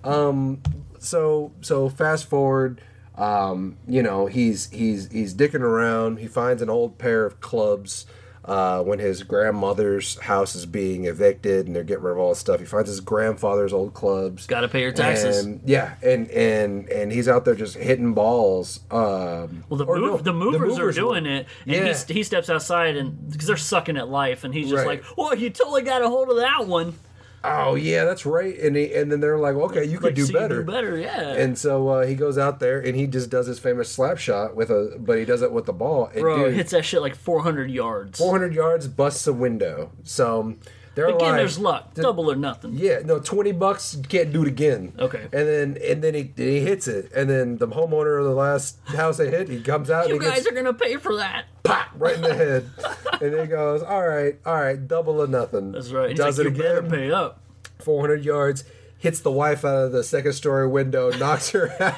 Speaker 9: Um. So so fast forward. Um. You know he's he's he's dicking around. He finds an old pair of clubs. Uh, when his grandmother's house is being evicted and they're getting rid of all his stuff, he finds his grandfather's old clubs.
Speaker 8: Gotta pay your taxes.
Speaker 9: And, yeah, and and and he's out there just hitting balls. Um,
Speaker 8: Well, the,
Speaker 9: or
Speaker 8: move,
Speaker 9: no,
Speaker 8: the movers
Speaker 9: movers
Speaker 8: are
Speaker 9: were.
Speaker 8: doing it, and
Speaker 9: Yeah.
Speaker 8: he, st- he steps outside and because they're sucking at life, and he's just
Speaker 9: Right.
Speaker 8: like, "Well, you totally got a hold of that one.
Speaker 9: Oh yeah, that's right. And he, and then they're like, okay, you could
Speaker 8: Like,
Speaker 9: do
Speaker 8: see,
Speaker 9: better.
Speaker 8: You do better, yeah."
Speaker 9: And so uh, he goes out there and he just does his famous slap shot with a, but he does it with the ball. And
Speaker 8: Bro
Speaker 9: dude,
Speaker 8: hits that shit like 400 yards.
Speaker 9: 400 yards, busts a window. So they're
Speaker 8: Again,
Speaker 9: like,
Speaker 8: there's luck, double or nothing.
Speaker 9: Yeah, no, 20 bucks can't do it again.
Speaker 8: Okay.
Speaker 9: And then and then he, he hits it, and then the homeowner of the last house they hit, he comes out
Speaker 8: You
Speaker 9: and he
Speaker 8: guys
Speaker 9: gets
Speaker 8: are gonna pay for that.
Speaker 9: pop right in the head, and he goes, all right, all right, double or nothing.
Speaker 8: That's right. He's
Speaker 9: Does
Speaker 8: like,
Speaker 9: it
Speaker 8: you better
Speaker 9: again.
Speaker 8: pay up.
Speaker 9: 400 yards, hits the wife out of the second story window, knocks her out.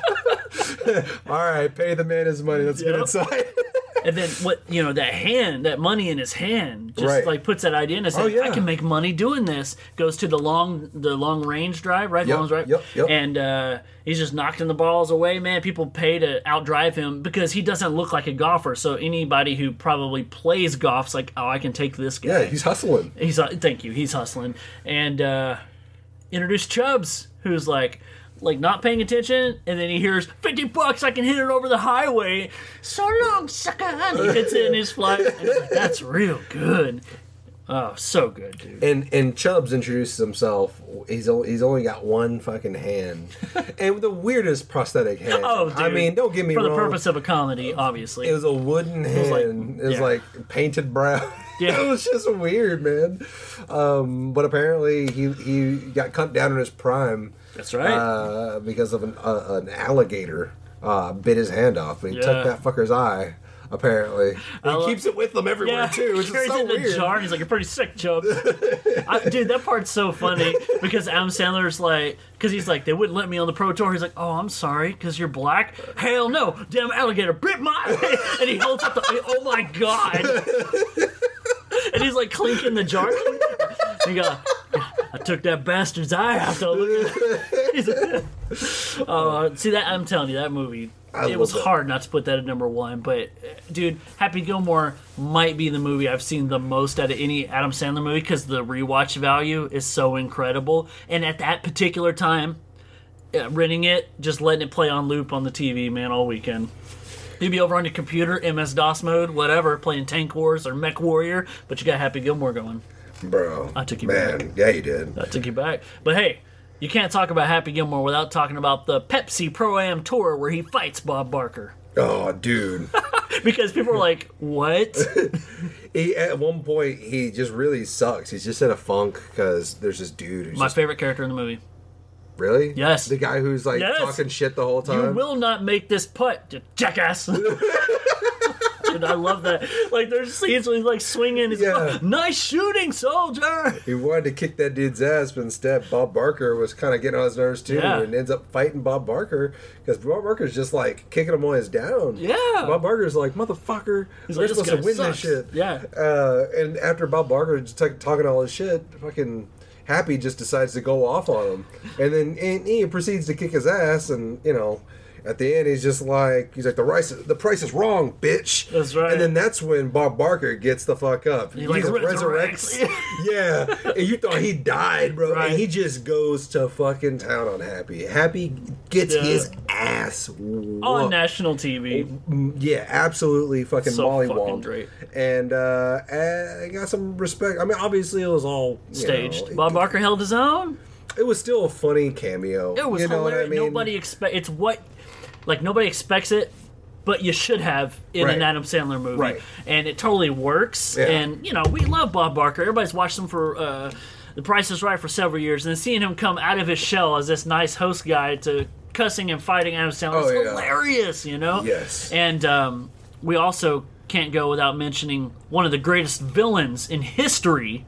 Speaker 9: All right, pay the man his money. Let's get
Speaker 8: Yep.
Speaker 9: inside.
Speaker 8: And then what? You know that hand, that money in his hand, just
Speaker 9: Right.
Speaker 8: like puts that idea in his
Speaker 9: Oh,
Speaker 8: head. I
Speaker 9: yeah.
Speaker 8: can make money doing this. Goes to the long, the long range drive, right?
Speaker 9: Yep,
Speaker 8: Long drive.
Speaker 9: yep, yep.
Speaker 8: And uh, he's just knocking the balls away, man. People pay to outdrive him because he doesn't look like a golfer. So anybody who probably plays golf's like, oh, I can take this guy.
Speaker 9: yeah, he's hustling.
Speaker 8: He's uh, thank you. He's hustling and uh, introduced Chubbs, who's like like not paying attention, and then he hears fifty bucks. I can hit it over the highway. So long, sucker! And he hits it in his flight. And I'm like, That's real good. Oh, so good, dude.
Speaker 9: And and Chubbs introduces himself. He's only, he's only got one fucking hand, and the weirdest prosthetic hand.
Speaker 8: Oh, dude.
Speaker 9: I mean, don't get me
Speaker 8: For
Speaker 9: wrong.
Speaker 8: the purpose of a comedy, obviously.
Speaker 9: it was a wooden hand. It was
Speaker 8: like-
Speaker 9: like,
Speaker 8: yeah.
Speaker 9: painted brown.
Speaker 8: Yeah.
Speaker 9: it was just weird, man. Um, but apparently, he he got cut down in his prime.
Speaker 8: That's right.
Speaker 9: uh, because of an uh, an alligator uh, bit his hand off and he
Speaker 8: Yeah.
Speaker 9: took that fucker's eye. Apparently, And
Speaker 8: lo-
Speaker 9: he keeps it with him everywhere too, which is
Speaker 8: carries
Speaker 9: so
Speaker 8: it in
Speaker 9: weird.
Speaker 8: a jar, and he's like, "You're pretty sick, Chubbs." I, dude, that part's so funny because Adam Sandler's like, because he's like, "They wouldn't let me on the pro tour." He's like, "Oh, I'm sorry, because you're black." Hell no, damn alligator bit my, eye." and he holds up the, oh my god, and he's like clinking the jar. He go, I took that bastard's eye out though. Look at- He's like- Oh, see that I'm telling you that movie. it
Speaker 9: love
Speaker 8: was
Speaker 9: that.
Speaker 8: hard not to put that at number one, but uh, dude, Happy Gilmore might be the movie I've seen the most out of any Adam Sandler movie because the rewatch value is so incredible. And at that particular time, uh, renting it, just letting it play on loop on the TV, man, all weekend. You'd be over on your computer, MS DOS mode, whatever, playing Tank Wars or Mech Warrior, but you got Happy Gilmore going.
Speaker 9: Bro,
Speaker 8: I took you
Speaker 9: man.
Speaker 8: back.
Speaker 9: Yeah, you did.
Speaker 8: That took you back. But hey, you can't talk about Happy Gilmore without talking about the Pepsi Pro Am Tour where he fights Bob Barker.
Speaker 9: Oh, dude.
Speaker 8: Because people are like, what?
Speaker 9: he at one point he just really sucks. He's just in a funk because there's this dude who's
Speaker 8: My
Speaker 9: just,
Speaker 8: favorite character in the movie.
Speaker 9: really
Speaker 8: Yes.
Speaker 9: the guy who's like
Speaker 8: Yes.
Speaker 9: Uh, talking shit the whole time.
Speaker 8: You will not make this putt, you jackass. and I love that. Like there's scenes where he's like swinging. He's
Speaker 9: Yeah.
Speaker 8: like, "Oh, nice shooting, soldier.
Speaker 9: He wanted to kick that dude's ass, but instead Bob Barker was kind of getting on his nerves too,
Speaker 8: Yeah.
Speaker 9: and ends up fighting Bob Barker because Bob Barker's just like kicking him while he's down.
Speaker 8: Yeah.
Speaker 9: Bob Barker's like motherfucker.
Speaker 8: He's
Speaker 9: we're
Speaker 8: like, "This
Speaker 9: supposed to
Speaker 8: guy
Speaker 9: win
Speaker 8: sucks."
Speaker 9: this shit.
Speaker 8: Yeah.
Speaker 9: Uh, and after Bob Barker just t- talking all his shit, fucking Happy just decides to go off on him, and then and he proceeds to kick his ass, and you know. At the end, he's just like he's like the rice, the price is wrong, bitch.
Speaker 8: That's right.
Speaker 9: And then that's when Bob Barker gets the fuck up.
Speaker 8: He, like,
Speaker 9: He's-
Speaker 8: resurrects.
Speaker 9: yeah, and you thought he died, bro.
Speaker 8: Right.
Speaker 9: And he just goes to fucking town on Happy. Happy gets
Speaker 8: Yeah. Oh,
Speaker 9: his ass whooped.
Speaker 8: On national TV.
Speaker 9: Yeah, absolutely fucking
Speaker 8: So
Speaker 9: mollywomped.
Speaker 8: fucking great.
Speaker 9: And uh, I got some respect. I mean, obviously it was all you
Speaker 8: Staged.
Speaker 9: know,
Speaker 8: Bob
Speaker 9: it-
Speaker 8: Barker held his own.
Speaker 9: It was still a funny cameo.
Speaker 8: It was
Speaker 9: you know what
Speaker 8: hilarious.
Speaker 9: I mean?
Speaker 8: Nobody expect. It's what, like nobody expects it, but you should have in
Speaker 9: Right.
Speaker 8: an Adam Sandler movie,
Speaker 9: Right.
Speaker 8: and it totally works.
Speaker 9: Yeah.
Speaker 8: And you know we love Bob Barker. Everybody's watched him for. Uh, the Price is Right for several years, and then seeing him come out of his shell as this nice host guy to cussing and fighting Adam Sandler
Speaker 9: Oh,
Speaker 8: is
Speaker 9: yeah.
Speaker 8: hilarious, you know?
Speaker 9: Yes.
Speaker 8: And um, we also can't go without mentioning one of the greatest villains in history,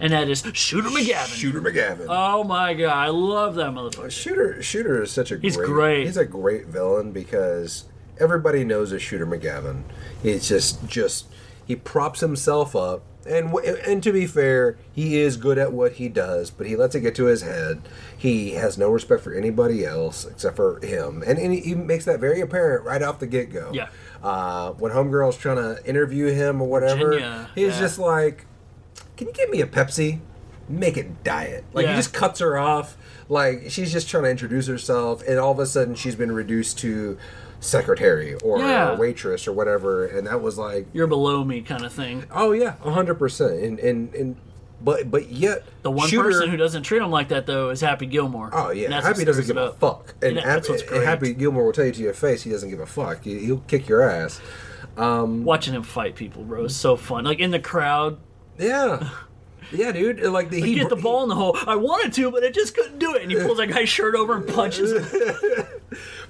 Speaker 8: and that is Shooter McGavin.
Speaker 9: Shooter McGavin.
Speaker 8: Oh my god, I love that motherfucker.
Speaker 9: Shooter Shooter is such a
Speaker 8: He's
Speaker 9: great,
Speaker 8: great.
Speaker 9: He's a great villain because everybody knows a Shooter McGavin. He's just just he props himself up, and w- and to be fair, he is good at what he does, but he lets it get to his head. He has no respect for anybody else except for him, and, and he- he makes that very apparent right off the get go.
Speaker 8: Yeah.
Speaker 9: Uh, when Homegirl's trying to interview him or whatever,
Speaker 8: Virginia,
Speaker 9: he's
Speaker 8: yeah.
Speaker 9: just like, "Can you get me a Pepsi?" Make it diet. Like
Speaker 8: Yeah.
Speaker 9: he just cuts her off. Like she's just trying to introduce herself, and all of a sudden she's been reduced to secretary or
Speaker 8: Yeah.
Speaker 9: a waitress or whatever. And that was like,
Speaker 8: You're below me kind of thing.
Speaker 9: oh yeah, hundred percent. And and and but but yet
Speaker 8: The one
Speaker 9: Shooter-
Speaker 8: person who doesn't treat him like that though is Happy Gilmore.
Speaker 9: Oh yeah,
Speaker 8: And that's
Speaker 9: Happy
Speaker 8: what
Speaker 9: doesn't
Speaker 8: stirs
Speaker 9: give
Speaker 8: it
Speaker 9: a
Speaker 8: up.
Speaker 9: fuck, and,
Speaker 8: And that's what's
Speaker 9: and
Speaker 8: great.
Speaker 9: Happy Gilmore will tell you to your face he doesn't give a fuck. He, he'll kick your ass.
Speaker 8: Watching him fight people, bro, is so fun. Like in the crowd,
Speaker 9: Yeah, yeah, dude. And, Like the,
Speaker 8: he get the ball in the hole. I wanted to, but I just couldn't do it. And he pulls that guy's shirt over and punches him.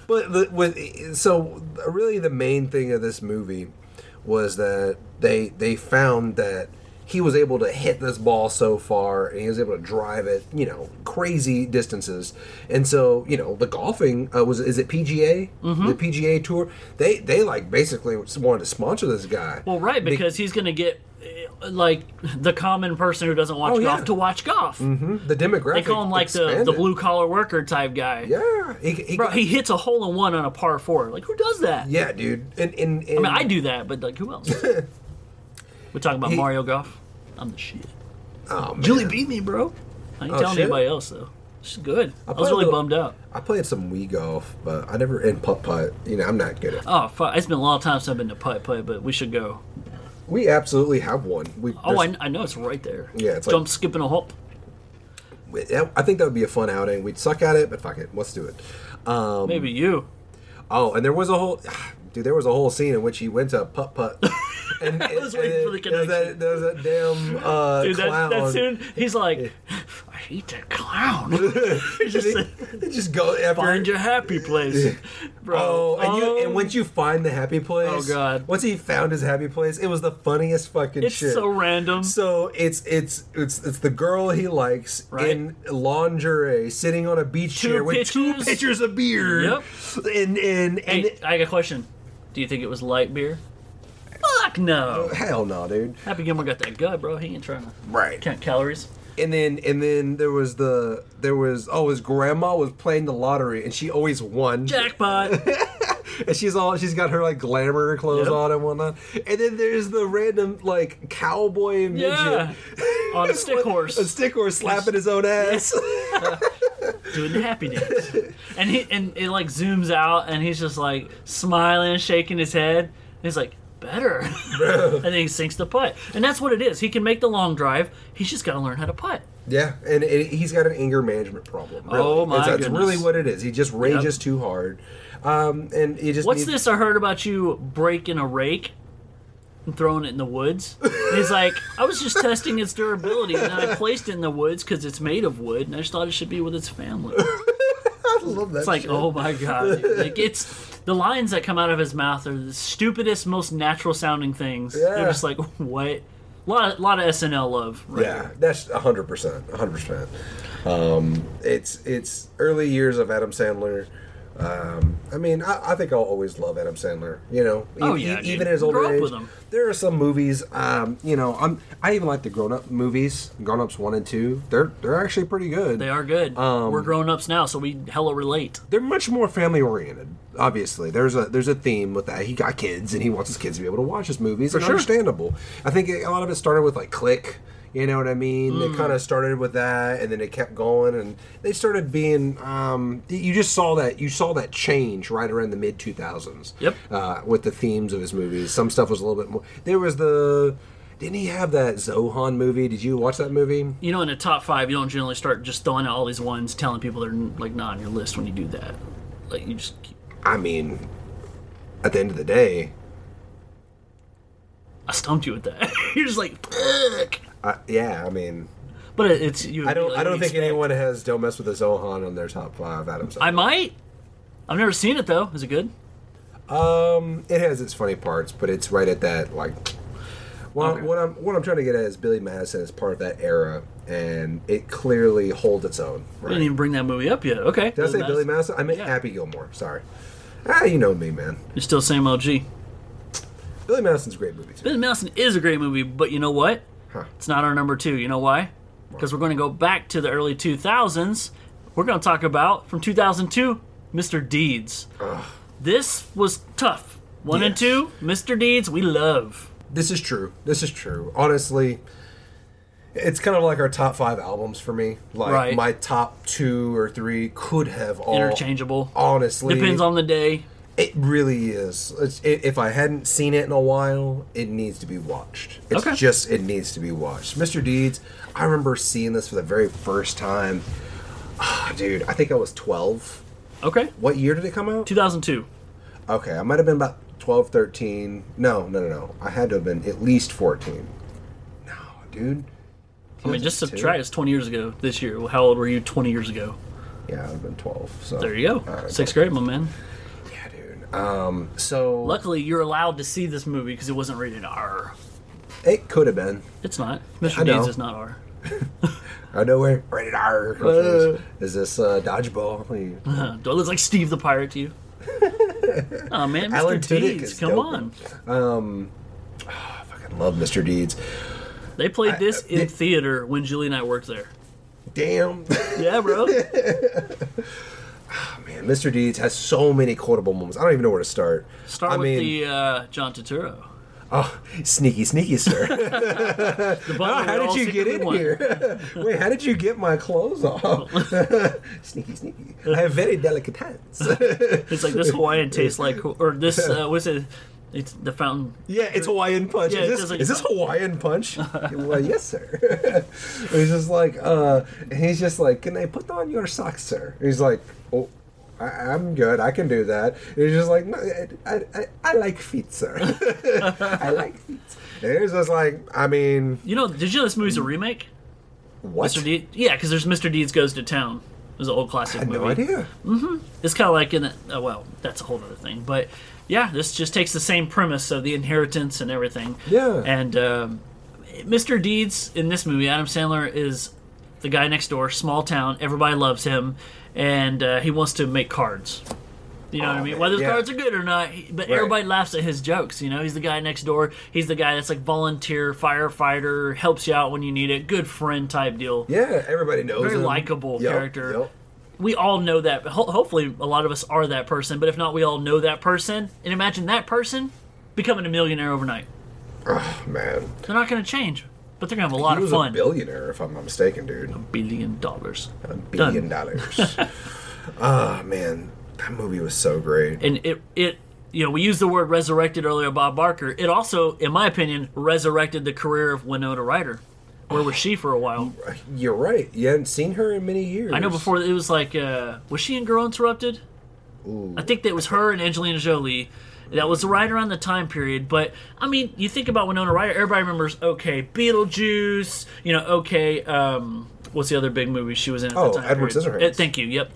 Speaker 9: But the, with so really the main thing of this movie was that they they found that he was able to hit this ball so far and he was able to drive it you know crazy distances and so you know the golfing uh, was is it PGA
Speaker 8: Mm-hmm.
Speaker 9: the PGA tour they they like basically wanted to sponsor this guy
Speaker 8: Well, right,
Speaker 9: Be-
Speaker 8: because he's gonna get eh, like the common person who doesn't watch
Speaker 9: Oh, yeah.
Speaker 8: golf to watch golf.
Speaker 9: the demographic
Speaker 8: They call him like the, the
Speaker 9: expanded.
Speaker 8: blue collar worker type guy.
Speaker 9: yeah he, he,
Speaker 8: Bro, he hits a hole in one on a par four. Like who does that?
Speaker 9: yeah dude and, and, and
Speaker 8: I mean, I do that, but like, who else? We're talking about Mario Golf. I'm the shit.
Speaker 9: oh, man.
Speaker 8: Julie beat me, bro. I ain't
Speaker 9: Oh,
Speaker 8: telling
Speaker 9: shit.
Speaker 8: anybody else though. She's good. I,
Speaker 9: played
Speaker 8: was
Speaker 9: a
Speaker 8: really
Speaker 9: little-
Speaker 8: bummed out.
Speaker 9: I played some Wii golf but I never in putt putt you know I'm not good at
Speaker 8: Oh fuck! It's been a long time since I've been to putt putt, but we should go.
Speaker 9: We absolutely have one. We,
Speaker 8: Oh, I,
Speaker 9: there's-
Speaker 8: I know it's right there.
Speaker 9: Yeah, it's like-
Speaker 8: jump, skip, and a hop.
Speaker 9: I, think that would be a fun outing. We'd suck at it, but fuck it, let's do it. Um,
Speaker 8: Maybe you.
Speaker 9: oh, and there was a whole, dude, there was a whole scene in which he went to putt putt. And, I
Speaker 8: was waiting for the connection.
Speaker 9: There was that, there was that damn uh,
Speaker 8: Dude, that,
Speaker 9: clown.
Speaker 8: that soon he's like, I hate that clown. He just said,
Speaker 9: They just go after.
Speaker 8: Find your happy place, bro.
Speaker 9: Oh, and, you, and
Speaker 8: Oh,
Speaker 9: once you find the happy place,
Speaker 8: Oh, God.
Speaker 9: Once he found his happy place, it was the funniest fucking
Speaker 8: it's
Speaker 9: shit.
Speaker 8: so random.
Speaker 9: So it's it's it's it's the girl he likes
Speaker 8: Right.
Speaker 9: in lingerie, sitting on a beach
Speaker 8: Two
Speaker 9: chair with two
Speaker 8: pitchers.
Speaker 9: pitchers of beer.
Speaker 8: Yep.
Speaker 9: And and and
Speaker 8: Hey, I got a question. Do you think it was light beer? Fuck no.
Speaker 9: hell no, dude.
Speaker 8: Happy Gilmore got that gut, bro. He ain't trying to
Speaker 9: Right.
Speaker 8: count calories.
Speaker 9: And then and then there was the there was oh his grandma was playing the lottery and she always won.
Speaker 8: Jackpot.
Speaker 9: And she's all she's got her like glamour clothes
Speaker 8: Yep.
Speaker 9: on and whatnot. And then there's the random like cowboy midget
Speaker 8: yeah. On a stick
Speaker 9: a
Speaker 8: horse
Speaker 9: stick or slapping his own ass.
Speaker 8: doing the happy dance. And he and it like zooms out and he's just like smiling, shaking his head. And he's like, better. and then he sinks the putt. And that's what it is. He can make the long drive. He's just gotta learn how to putt.
Speaker 9: Yeah, and it, he's got an anger management problem. Really.
Speaker 8: Oh, my
Speaker 9: That's, that's
Speaker 8: goodness.
Speaker 9: really what it is. He just rages too hard, um, and he just.
Speaker 8: What's
Speaker 9: needs-
Speaker 8: this I heard about you breaking a rake and throwing it in the woods? And he's like, I was just testing its durability and I placed it in the woods because it's made of wood and I just thought it should be with its family.
Speaker 9: I love that.
Speaker 8: It's like,
Speaker 9: shit.
Speaker 8: oh my god, dude. like it's the lines that come out of his mouth are the stupidest, most natural sounding things.
Speaker 9: Yeah.
Speaker 8: They're just like, what? A lot, of, lot of SNL love. Right
Speaker 9: Yeah,
Speaker 8: here.
Speaker 9: that's hundred percent, hundred percent. Um, it's it's early years of Adam Sandler. Um, I mean, I, I think I'll always love Adam Sandler. You know, e-
Speaker 8: Oh, yeah,
Speaker 9: e-
Speaker 8: dude.
Speaker 9: even at his older
Speaker 8: Grew up
Speaker 9: age,
Speaker 8: with him.
Speaker 9: there are some movies. Um, you know, I'm I even like the grown up movies, grown ups one and two. They're they're actually pretty good.
Speaker 8: They are good.
Speaker 9: Um,
Speaker 8: We're grown ups now, so we hella relate.
Speaker 9: They're much more family oriented. Obviously, there's a there's a theme with that. He got kids, and he wants his kids to be able to watch his movies. and
Speaker 8: sure.
Speaker 9: understandable. I think a lot of it started with like Click. You know what I mean?
Speaker 8: Mm.
Speaker 9: It kind of started with that, and then it kept going, and they started being. Um, you just saw that you saw that change right around the mid two thousands.
Speaker 8: Yep.
Speaker 9: Uh, with the themes of his movies, some stuff was a little bit more. There was the. Didn't he have that Zohan movie? Did you watch that movie?
Speaker 8: You know, in the top five, you don't generally start just throwing out all these ones, telling people they're like not on your list when you do that. Like you just, keep,
Speaker 9: I mean, at the end of the day,
Speaker 8: I stumped you with that. You're just like, Fuck.
Speaker 9: I, yeah. I mean,
Speaker 8: but it- it's you.
Speaker 9: I don't.
Speaker 8: like,
Speaker 9: I don't
Speaker 8: you
Speaker 9: think
Speaker 8: expect-
Speaker 9: anyone has "Don't Mess with the Zohan" on their top five. Adam Sandler.
Speaker 8: I might. I've never seen it though. Is it good?
Speaker 9: it has its funny parts, but it's right at that like. Well,
Speaker 8: Okay.
Speaker 9: what I'm what I'm trying to get at is Billy Madison is part of that era, and it clearly holds its own.
Speaker 8: I didn't
Speaker 9: Right?
Speaker 8: even bring that movie up yet. Okay.
Speaker 9: Did I say Billy
Speaker 8: Madison.
Speaker 9: Madison? I meant
Speaker 8: Yeah.
Speaker 9: Happy Gilmore. Sorry. Ah, you know me, man.
Speaker 8: You're still same OG.
Speaker 9: Billy Madison's a great movie too.
Speaker 8: Billy Madison is a great movie, but you know what?
Speaker 9: Huh.
Speaker 8: It's not our number two. You know why? Because we're going to go back to the early 2000s. We're going to talk about from 2002, Mr. Deeds. This was tough. One and
Speaker 9: Yes.
Speaker 8: two, Mr. Deeds, we love.
Speaker 9: This is true. This is true. Honestly, it's kind of like our top five albums for me. Like
Speaker 8: Right.
Speaker 9: my top two or three could have all
Speaker 8: Interchangeable.
Speaker 9: Honestly,
Speaker 8: Depends on the day.
Speaker 9: It really is. It's, it, if I hadn't seen it in a while, it needs to be watched. It's
Speaker 8: Okay.
Speaker 9: just it needs to be watched. Mr. Deeds. I remember seeing this for the very first time. Ah, dude, I think I was 12.
Speaker 8: Okay.
Speaker 9: What year did it come out?
Speaker 8: 2002.
Speaker 9: Okay, I might have been about 12, 13. No, no, no, no. I had to have been at least 14. No, dude.
Speaker 8: I mean, just subtract. It's 20 years ago this year. Well, How old were you 20 years ago?
Speaker 9: Yeah, I would have been 12. So
Speaker 8: There you
Speaker 9: Oh, All
Speaker 8: go.
Speaker 9: right,
Speaker 8: Sixth grade, my man.
Speaker 9: Yeah, dude. Um, so
Speaker 8: Luckily, you're allowed to see this movie because it wasn't rated R.
Speaker 9: it could have been.
Speaker 8: It's not.
Speaker 9: I
Speaker 8: Mr.
Speaker 9: know.
Speaker 8: Deeds is not R.
Speaker 9: I know where rated R.
Speaker 8: Uh.
Speaker 9: Is this uh, dodgeball?
Speaker 8: Uh, do I look like Steve the Pirate to you? oh man, Mr.
Speaker 9: Alan Tudyk
Speaker 8: Deeds,
Speaker 9: is
Speaker 8: come
Speaker 9: dope.
Speaker 8: on!
Speaker 9: I love Mr. Deeds.
Speaker 8: They played this in
Speaker 9: uh, they-
Speaker 8: theater when Julie and I worked there.
Speaker 9: Damn,
Speaker 8: Yeah, bro.
Speaker 9: man, Mr. Deeds has so many quotable moments. I don't even know where to start.
Speaker 8: Start
Speaker 9: I
Speaker 8: with
Speaker 9: mean,
Speaker 8: the uh, John Turturro.
Speaker 9: oh, sneaky, sneaky, sir.
Speaker 8: The butler
Speaker 9: how did
Speaker 8: all
Speaker 9: you get
Speaker 8: secretly
Speaker 9: in
Speaker 8: won.
Speaker 9: here? Wait, how did you get my clothes off? sneaky, sneaky. I have very delicate hands.
Speaker 8: It's like this Hawaiian tastes like, or this uh, what's it? It's the fountain.
Speaker 9: yeah, it's Hawaiian punch.
Speaker 8: Yeah,
Speaker 9: is
Speaker 8: it does
Speaker 9: this,
Speaker 8: like-
Speaker 9: is this Hawaiian punch? well, yes, sir. he's just like, uh, he's just like, can I put on your socks, sir? He's like, oh. I- I'm good. I can do that. And he's just like, no, I, I, I, I like feet, sir. I like feet. And he's just like, I mean,
Speaker 8: You know, did you know this movie's a remake?
Speaker 9: Mm. what?
Speaker 8: Mr. Deeds. Yeah, because there's Mr. Deeds Goes to Town. It was an old classic
Speaker 9: I had
Speaker 8: movie.
Speaker 9: no idea.
Speaker 8: It's kind of like in a, oh, well, that's a whole other thing. But yeah, this just takes the same premise of the inheritance and everything.
Speaker 9: Yeah.
Speaker 8: And um, Mr. Deeds in this movie, Adam Sandler is the guy next door, small town. Everybody loves him, and uh, he wants to make cards. You know what I mean?
Speaker 9: Oh, man,
Speaker 8: Whether the
Speaker 9: yeah.
Speaker 8: cards are good or not, he- but
Speaker 9: Right.
Speaker 8: everybody laughs at his jokes. You know, he's the guy next door. He's the guy that's like volunteer firefighter, helps you out when you need it, good friend type deal
Speaker 9: Yeah, everybody knows.
Speaker 8: very
Speaker 9: him.
Speaker 8: likable
Speaker 9: Yep,
Speaker 8: character.
Speaker 9: yep.
Speaker 8: We all know that. Ho- hopefully, a lot of us are that person. But if not, we all know that person. And imagine that person becoming a millionaire overnight.
Speaker 9: Ah, Man,
Speaker 8: They're not going to change, but they're going to have a
Speaker 9: he
Speaker 8: lot of
Speaker 9: was a
Speaker 8: fun.
Speaker 9: billionaire, if I'm not mistaken, dude.
Speaker 8: Billion dollars.
Speaker 9: A billion dollars. Ah, man, that movie was so great.
Speaker 8: And it it you know we used the word resurrected earlier, Bob Barker. It also, in my opinion, resurrected the career of Winona Ryder. Where was she for a while?
Speaker 9: You're right. You hadn't seen her in many years.
Speaker 8: I know before it was like, uh, was she in Girl Interrupted? I think that was her and Angelina Jolie. That was right around the time period. But I mean, you think about Winona Ryder, everybody remembers okay, Beetlejuice. You know, okay, um, what's the other big movie she was in at
Speaker 9: Oh,
Speaker 8: the time?
Speaker 9: Edward
Speaker 8: period?
Speaker 9: Scissorhands.
Speaker 8: Uh, thank you. Yep.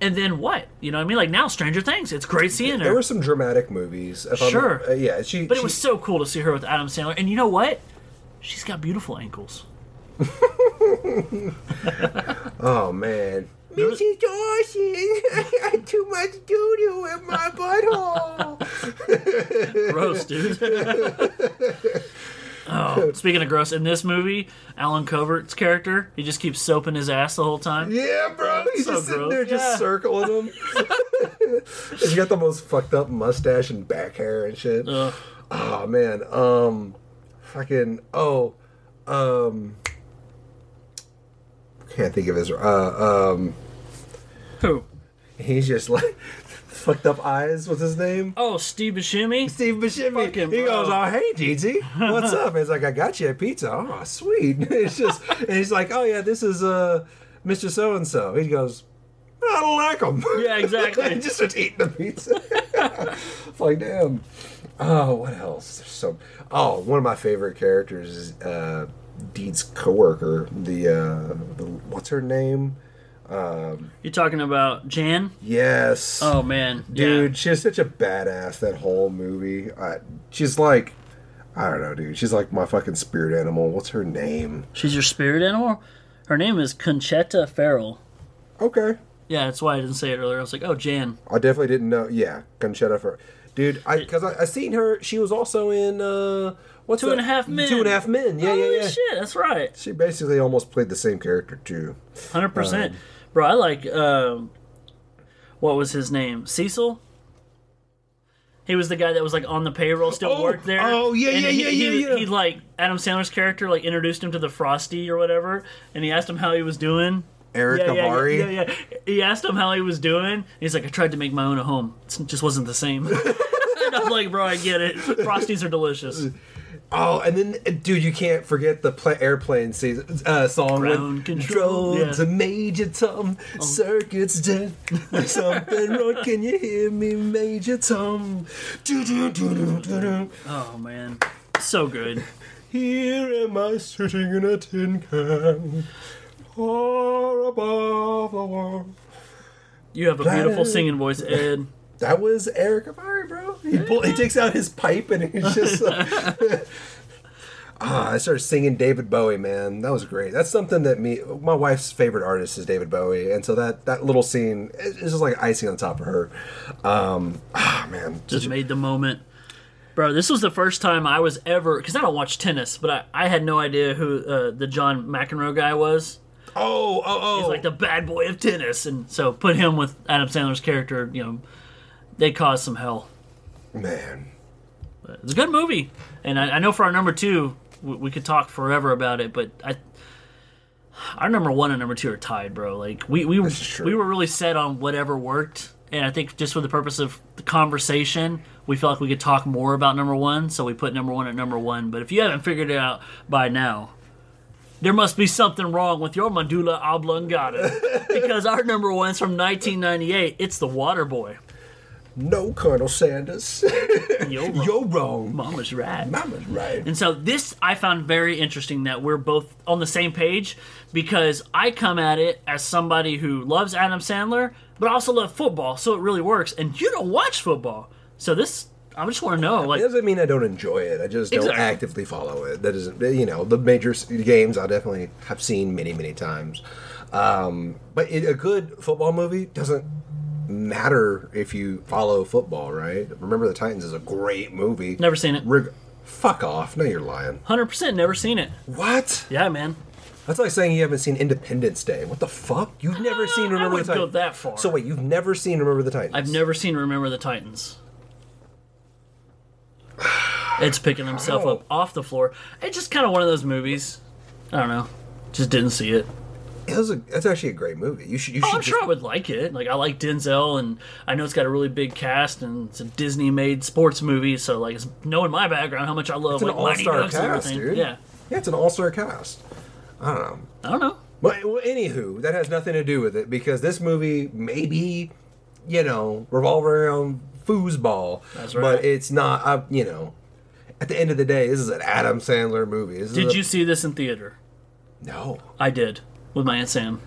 Speaker 8: and then what? You know what I mean? Like now, Stranger Things. It's great seeing her.
Speaker 9: There were some dramatic movies. if I'm-
Speaker 8: Sure.
Speaker 9: uh, yeah, she.
Speaker 8: But it
Speaker 9: she-
Speaker 8: was so cool to see her with Adam Sandler. And you know what? She's got beautiful ankles.
Speaker 9: Oh man. Mrs. Dawson, I got too much doo doo in my butthole.
Speaker 8: Gross, dude. oh, speaking of gross, in this movie, Alan Covert's character, he just keeps soaping his ass the whole time.
Speaker 9: yeah, bro. He's
Speaker 8: So
Speaker 9: just sitting
Speaker 8: gross.
Speaker 9: there, just
Speaker 8: Yeah.
Speaker 9: circling him. He's got the most fucked up mustache and back hair and shit.
Speaker 8: Ugh.
Speaker 9: Oh man. Um, fucking. Oh, um. Can't think of his. Uh, um.
Speaker 8: Who?
Speaker 9: He's just like fucked up eyes. What's his name?
Speaker 8: Oh, Steve Buscemi.
Speaker 9: Steve Buscemi.
Speaker 8: Fucking
Speaker 9: he
Speaker 8: bro.
Speaker 9: goes, "Oh, hey, Gigi, what's up?" And It's like, "I got you a pizza." Oh, sweet. It's just, and he's like, "Oh yeah, this is uh, Mr. So and So." He goes, "I don't like him."
Speaker 8: Yeah, exactly.
Speaker 9: just starts eating the pizza. it's like, damn. Oh, what else? There's so. Oh, one of my favorite characters is uh, Deed's coworker. The, uh, the what's her name?
Speaker 8: You talking about Jan?
Speaker 9: Yes.
Speaker 8: Oh man,
Speaker 9: dude she's such a badass that whole movie I, she's like i don't know dude she's like my fucking spirit animal what's her name
Speaker 8: Yeah. She's your spirit animal. Her name is Conchetta Farrell.
Speaker 9: okay
Speaker 8: Yeah, that's why I didn't say it earlier. I was like, oh, Jan.
Speaker 9: i definitely didn't know yeah conchetta for dude i because I, I seen her she was also in uh what's
Speaker 8: Two and a
Speaker 9: that-
Speaker 8: Half Men.
Speaker 9: two and a half men yeah
Speaker 8: Holy
Speaker 9: yeah yeah
Speaker 8: shit, that's right.
Speaker 9: she basically almost played the same character too
Speaker 8: Hundred percent, bro. I like um, what was his name? Cecil. He was the guy that was like on the payroll, still
Speaker 9: Oh,
Speaker 8: worked there.
Speaker 9: oh, yeah,
Speaker 8: And
Speaker 9: yeah,
Speaker 8: he,
Speaker 9: yeah,
Speaker 8: he-
Speaker 9: yeah, yeah.
Speaker 8: He like Adam Sandler's character like introduced him to the Frosty or whatever, and he asked him how he was doing.
Speaker 9: eric
Speaker 8: yeah, yeah,
Speaker 9: Navari.
Speaker 8: yeah, yeah, yeah. He asked him how he was doing. He's like, I tried to make my own at home. It just wasn't the same. and I'm like, bro, I get it. Frosties are delicious.
Speaker 9: Oh, and then, uh, dude, you can't forget the pla airplane season, uh, song.
Speaker 8: Ground control,
Speaker 9: Drones
Speaker 8: yeah. Oh.
Speaker 9: a major tom, circuits dead. There's something wrong. Can you hear me, Major Tom? Do do do do do do.
Speaker 8: Oh man, so good.
Speaker 9: Here am I sitting in a tin can, far above the world.
Speaker 8: You have a beautiful singing voice, Ed.
Speaker 9: That was Eric Amari, bro. He, pull, he takes out his pipe and he's just like. Ah, I started singing David Bowie, man. That was great. That's something that me, my wife's favorite artist is David Bowie, and so that that little scene is just like icing on top of her. Um, ah, man,
Speaker 8: just made the moment. Bro, this was the first time I was ever because I don't watch tennis, but I, I had no idea who uh, the John McEnroe guy was.
Speaker 9: oh, oh, oh,
Speaker 8: He's like the bad boy of tennis, and so put him with Adam Sandler's character. You know, they caused some hell.
Speaker 9: man.
Speaker 8: But it's a good movie, and I, I know for our number two, we, we could talk forever about it. But I, our number one and number two are tied, bro. Like we we
Speaker 9: is true.
Speaker 8: we were really set on whatever worked, and I think just for the purpose of the conversation, we felt like we could talk more about number one, so we put number one at number one. But if you haven't figured it out by now. There must be something wrong with your medulla oblongata because our number one's from 1998. It's The Waterboy.
Speaker 9: No, Colonel Sanders,
Speaker 8: Yo,
Speaker 9: you're wrong.
Speaker 8: mama's right.
Speaker 9: Mama's right.
Speaker 8: And so this I found very interesting that we're both on the same page because I come at it as somebody who loves Adam Sandler but also love football, so it really works. And you don't watch football, so this I just want to know like
Speaker 9: It doesn't mean I don't enjoy it. I just don't
Speaker 8: Exactly.
Speaker 9: actively follow it. That isn't, you know, the major s- games I definitely have seen many, many times. Um, but it, a good football movie doesn't matter if you follow football, right? Remember the Titans is a great movie.
Speaker 8: never seen it.
Speaker 9: Reg- Fuck off. No, you're lying.
Speaker 8: Hundred percent, never seen it.
Speaker 9: What?
Speaker 8: Yeah, man.
Speaker 9: That's like saying you haven't seen Independence Day. What the fuck? You've never seen
Speaker 8: Ah, I
Speaker 9: Remember the
Speaker 8: wouldn't go
Speaker 9: Titans.
Speaker 8: that far.
Speaker 9: So wait, you've never seen Remember the Titans?
Speaker 8: I've never seen Remember the Titans. Ed's picking himself up off the floor. It's just kind of one of those movies. I don't know. Just didn't see it.
Speaker 9: It was a, that's actually a great movie. You should. You
Speaker 8: Oh,
Speaker 9: should
Speaker 8: I'm
Speaker 9: just-
Speaker 8: sure I would like it. Like I like Denzel, and I know it's got a really big cast, and it's a Disney-made sports movie. So like, it's knowing my background, how much I love
Speaker 9: It's an
Speaker 8: like Mighty
Speaker 9: all-star
Speaker 8: Ducks and
Speaker 9: cast,
Speaker 8: everything.
Speaker 9: dude.
Speaker 8: Yeah,
Speaker 9: Yeah, it's an all-star cast.
Speaker 8: I don't know.
Speaker 9: But well, anywho, that has nothing to do with it because this movie maybe, you know, revolving around foosball.
Speaker 8: That's right.
Speaker 9: But it's not. I, you know, at the end of the day, this is an Adam Sandler movie. This is
Speaker 8: Did
Speaker 9: a-
Speaker 8: you see this in theater?
Speaker 9: No,
Speaker 8: I did with my aunt Sam.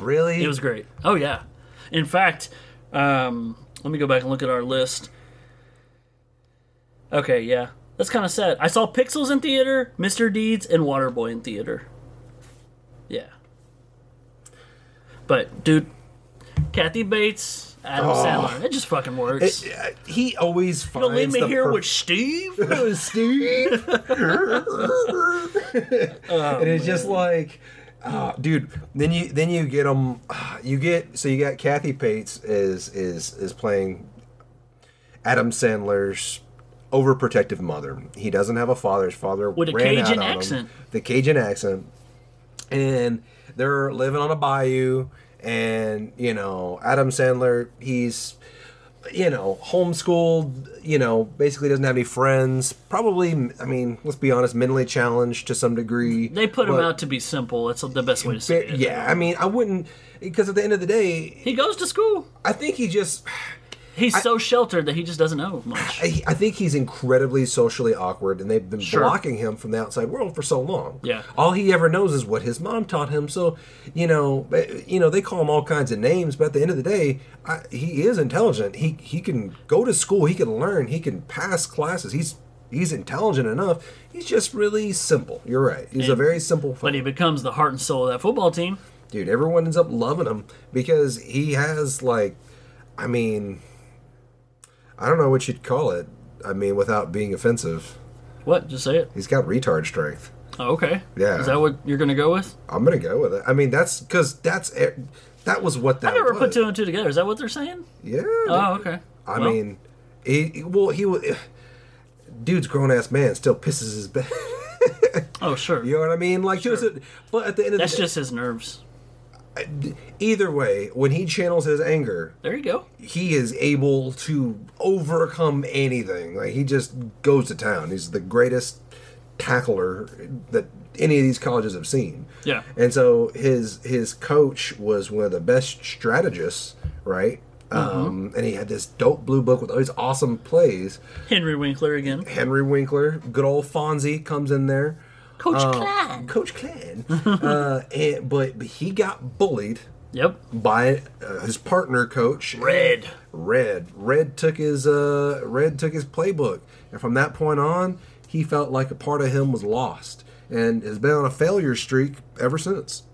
Speaker 9: really.
Speaker 8: It was great. Oh yeah, In fact, um, let me go back and look at our list. Okay, yeah. That's kind of sad. I saw Pixels in theater, Mr. Deeds, and Waterboy in theater. Yeah. But, dude, Kathy Bates,
Speaker 9: Oh.
Speaker 8: Adam Sandler, it just fucking works.
Speaker 9: Yeah, he always finds
Speaker 8: Don't leave me
Speaker 9: oh, the
Speaker 8: here
Speaker 9: per-
Speaker 8: with Steve.
Speaker 9: Steve. and it's just like, uh, dude. Then you then you get them. You get so you got Kathy Bates is is is playing Adam Sandler's overprotective mother. He doesn't have a father. His father
Speaker 8: With a
Speaker 9: ran out
Speaker 8: Cajun
Speaker 9: on him.
Speaker 8: accent.
Speaker 9: The Cajun accent, and they're living on a bayou. And you know, Adam Sandler, he's you know, homeschooled, you know, basically doesn't have any friends. Probably, I mean, let's be honest, mentally challenged to some degree.
Speaker 8: They put him
Speaker 9: But-
Speaker 8: out to be simple. That's the best way to say
Speaker 9: but,
Speaker 8: it.
Speaker 9: yeah, I mean, I wouldn't, because at the end of the day,
Speaker 8: He goes to school.
Speaker 9: I think he just,
Speaker 8: He's so sheltered that he just doesn't know much.
Speaker 9: I, I think he's incredibly socially awkward, and they've been
Speaker 8: Sure.
Speaker 9: blocking him from the outside world for so long.
Speaker 8: Yeah.
Speaker 9: all he ever knows is what his mom taught him. So, you know, eh, you know, they call him all kinds of names, but at the end of the day, I, he is intelligent. He he can go to school. He can learn. He can pass classes. He's he's intelligent enough. He's just really simple. You're right. He's a very simple.
Speaker 8: But he becomes the heart and soul of that football team.
Speaker 9: dude everyone ends up loving him because he has like i mean i don't know what you'd call it i mean without being offensive
Speaker 8: What? Just say it.
Speaker 9: he's got retard strength
Speaker 8: Oh, okay.
Speaker 9: Yeah.
Speaker 8: Is that what you're gonna go with?
Speaker 9: i'm gonna go with it i mean that's because that's e- that was what that
Speaker 8: I never put
Speaker 9: was.
Speaker 8: two and two together. Is that what they're saying?
Speaker 9: yeah
Speaker 8: Oh, okay.
Speaker 9: i
Speaker 8: Well,
Speaker 9: mean he well he was dude's grown-ass man still pisses his bed
Speaker 8: Oh, sure.
Speaker 9: you know what i mean like he was a, but at the end of
Speaker 8: That's
Speaker 9: the
Speaker 8: just his nerves.
Speaker 9: either way when he channels his anger
Speaker 8: There you go.
Speaker 9: he is able to overcome anything. Like he just goes to town. He's the greatest tackler that any of these colleges have seen.
Speaker 8: Yeah.
Speaker 9: And so his his coach was one of the best strategists, right?
Speaker 8: Mm-hmm.
Speaker 9: Um, and he had this dope blue book with all these awesome plays.
Speaker 8: Henry Winkler again.
Speaker 9: Henry Winkler, good old Fonzie comes in there.
Speaker 8: Coach
Speaker 9: Um,
Speaker 8: Klein.
Speaker 9: Coach Clan, uh, and, but, but he got bullied
Speaker 8: Yep.
Speaker 9: by uh, his partner coach
Speaker 8: Red.
Speaker 9: Red. Red took his uh Red took his playbook, and from that point on, he felt like a part of him was lost, and has been on a failure streak ever since.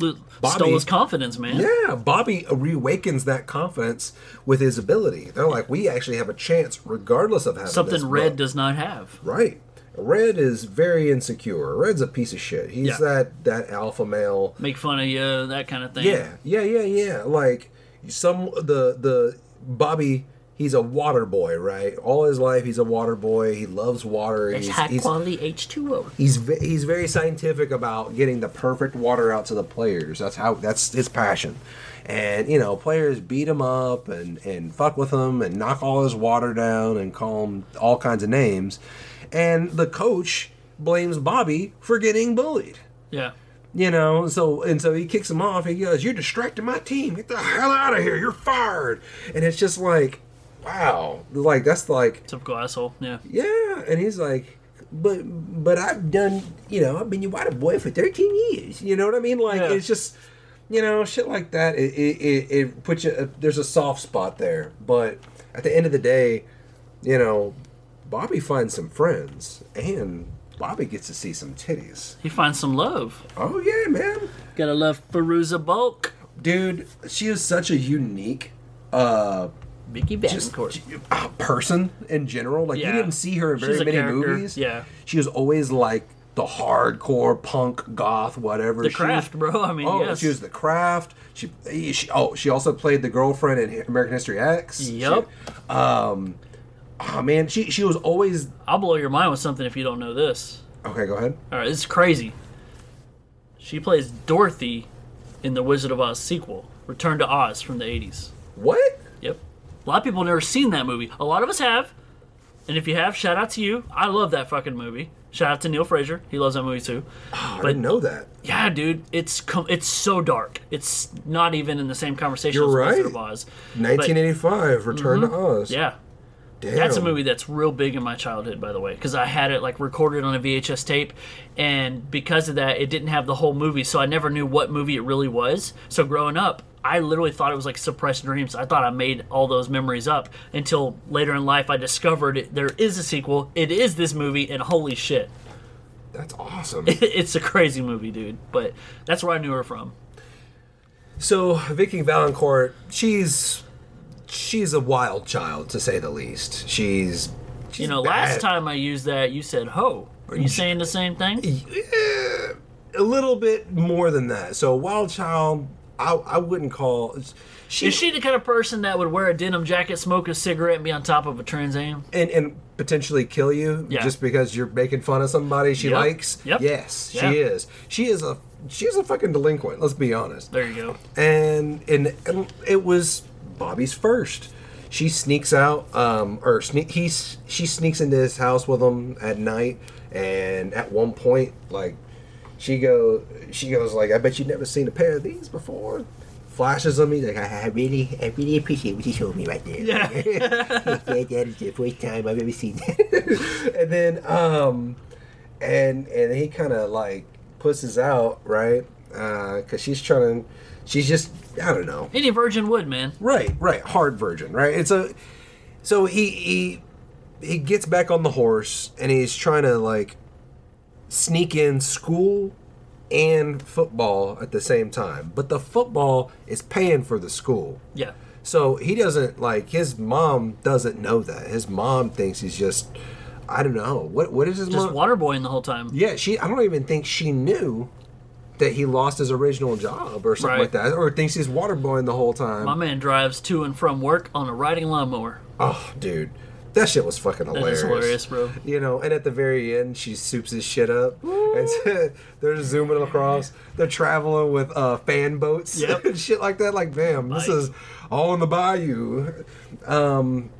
Speaker 8: L-
Speaker 9: Bobby.
Speaker 8: Stole his confidence, man.
Speaker 9: Yeah, Bobby reawakens that confidence with his ability. They're like, we actually have a chance, regardless of having this
Speaker 8: Something Red
Speaker 9: book."
Speaker 8: does not have.
Speaker 9: Right. Red is very insecure. Red's a piece of shit. He's
Speaker 8: Yeah.
Speaker 9: that that alpha male.
Speaker 8: Make fun of you, that kind of thing.
Speaker 9: Yeah, yeah, yeah, yeah. Like some the the Bobby, he's a water boy, right? All his life, he's a water boy. He loves water.
Speaker 8: It's
Speaker 9: he's,
Speaker 8: high
Speaker 9: he's,
Speaker 8: quality H2O.
Speaker 9: he's ve- he's very scientific about getting the perfect water out to the players. That's how that's his passion. And you know, players beat him up and and fuck with him and knock all his water down and call him all kinds of names. And the coach blames Bobby for getting bullied.
Speaker 8: Yeah.
Speaker 9: You know, so and so he kicks him off. He goes, "You're distracting my team. Get the hell out of here. You're fired." And it's just like, wow, like that's like,
Speaker 8: Typical asshole. Yeah.
Speaker 9: yeah. And he's like, "But, but I've done, you know, I've been your water boy for 13 years. You know what I mean? Like,
Speaker 8: Yeah.
Speaker 9: it's just, you know, shit like that. It, it, it, it puts you. uh, There's a soft spot there, but at the end of the day, you know, Bobby finds some friends, and Bobby gets to see some titties.
Speaker 8: He finds some love.
Speaker 9: Oh yeah, man.
Speaker 8: Gotta love Feruza Bulk.
Speaker 9: dude she is such a unique uh
Speaker 8: Mickey
Speaker 9: just
Speaker 8: Valancourt.
Speaker 9: uh, person in general like
Speaker 8: Yeah.
Speaker 9: you didn't see her in
Speaker 8: She's
Speaker 9: very
Speaker 8: a
Speaker 9: many
Speaker 8: character,
Speaker 9: movies
Speaker 8: yeah.
Speaker 9: she was always like the hardcore punk goth whatever
Speaker 8: The
Speaker 9: She
Speaker 8: craft,
Speaker 9: was,
Speaker 8: bro. I mean,
Speaker 9: oh
Speaker 8: yes.
Speaker 9: she was the craft she, she oh she also played the girlfriend in american history x She-
Speaker 8: Yup.
Speaker 9: um oh man she she was always
Speaker 8: I'll blow your mind with something if you don't know this.
Speaker 9: okay go ahead
Speaker 8: All right, this is crazy. She plays Dorothy in the Wizard of Oz sequel, Return to Oz from the 80s.
Speaker 9: what
Speaker 8: Yep. A lot of people have never seen that movie. A lot of us have. And if you have, shout out to you. I love that fucking movie. Shout out to Neil Fraser. He loves that movie too.
Speaker 9: i
Speaker 8: But-
Speaker 9: didn't know that
Speaker 8: Yeah, dude, it's com- it's so dark. It's not even in the same conversation
Speaker 9: You're
Speaker 8: as Wizard
Speaker 9: right.
Speaker 8: of Oz. But-
Speaker 9: 1985 return to oz
Speaker 8: Mm-hmm. yeah.
Speaker 9: Damn.
Speaker 8: That's a movie that's real big in my childhood, by the way, because I had it like recorded on a VHS tape, and because of that, it didn't have the whole movie, so I never knew what movie it really was. So growing up, I literally thought it was like suppressed dreams. I thought I made all those memories up until later in life I discovered it, there is a sequel. It is this movie, and holy shit,
Speaker 9: That's awesome.
Speaker 8: it's a crazy movie, dude. But that's where I knew her from.
Speaker 9: So Vicky Valancourt, she's she's a wild child to say the least. She's, she's
Speaker 8: You know,
Speaker 9: bad.
Speaker 8: last time I used that, you said "ho." Are you saying the same thing?
Speaker 9: a little bit more than that. So wild child, I I wouldn't call. She,
Speaker 8: Is she the kind of person that would wear a denim jacket, smoke a cigarette, and be on top of a Trans Am?
Speaker 9: and and potentially kill you
Speaker 8: Yeah.
Speaker 9: just because you're making fun of somebody she
Speaker 8: Yep.
Speaker 9: likes.
Speaker 8: Yep.
Speaker 9: Yes,
Speaker 8: Yeah.
Speaker 9: she is. She is a she is a fucking delinquent. Let's be honest.
Speaker 8: There you go.
Speaker 9: and and it was Bobby's first. She sneaks out, um, or sneak, he's she sneaks into his house with him at night, and at one point, like she go she goes like, "I bet you've never seen a pair of these before." Flashes on me like, "I I really, I really appreciate what you showed me right there." Yeah, that is the first time I've ever seen that. and then, um, and and he kind of like pusses out, right? Because she's trying to, she's just I don't know.
Speaker 8: Any virgin would, man.
Speaker 9: Right, right, hard virgin, right? It's a so he he he gets back on the horse and he's trying to like sneak in school and football at the same time, but the football is paying for the school.
Speaker 8: Yeah.
Speaker 9: So he doesn't like his mom doesn't know that. His mom thinks he's just I don't know. What what is his
Speaker 8: Just
Speaker 9: mom?
Speaker 8: waterboying the whole time.
Speaker 9: Yeah, she. I don't even think she knew that he lost his original job or something
Speaker 8: Right.
Speaker 9: like that, or thinks he's waterboying the whole time.
Speaker 8: My man drives to and from work on a riding lawnmower.
Speaker 9: oh, dude, that shit was fucking
Speaker 8: That
Speaker 9: hilarious.
Speaker 8: is hilarious, bro.
Speaker 9: You know, and at the very end, she soups his shit up. And they're zooming across. They're traveling with uh, fan boats
Speaker 8: Yep.
Speaker 9: and shit like that. Like, damn, this is all in the bayou. Um,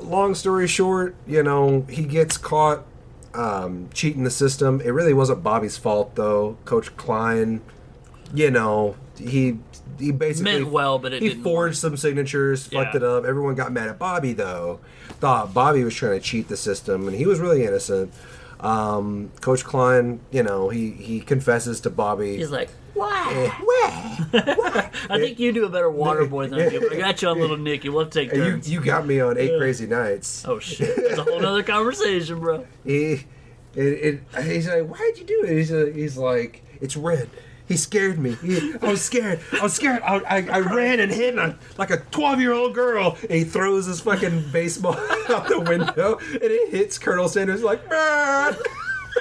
Speaker 9: long story short, you know, he gets caught um, cheating the system. It really wasn't Bobby's fault, though. Coach Klein, you know, he he basically
Speaker 8: Meant well, but it
Speaker 9: he
Speaker 8: didn't
Speaker 9: forged some signatures, fucked
Speaker 8: Yeah.
Speaker 9: it up. Everyone got mad at Bobby though, thought Bobby was trying to cheat the system, and he was really innocent. Um, Coach Klein, you know, he he confesses to Bobby.
Speaker 8: He's like,
Speaker 9: "Eh, well,
Speaker 8: I think you do a better waterboy than I do. but I got you on Little Nicky. We'll take
Speaker 9: you
Speaker 8: turns.
Speaker 9: you got me on eight crazy nights.
Speaker 8: Oh shit, that's a whole nother conversation, bro.
Speaker 9: he, it, it, he's like, why'd you do it? He's, uh, he's like, it's red. He scared me. He- I was scared. I was scared. I, I, I ran and hid on, like a 12 year old girl. And he throws his fucking baseball out the window and it hits Colonel Sanders like, man.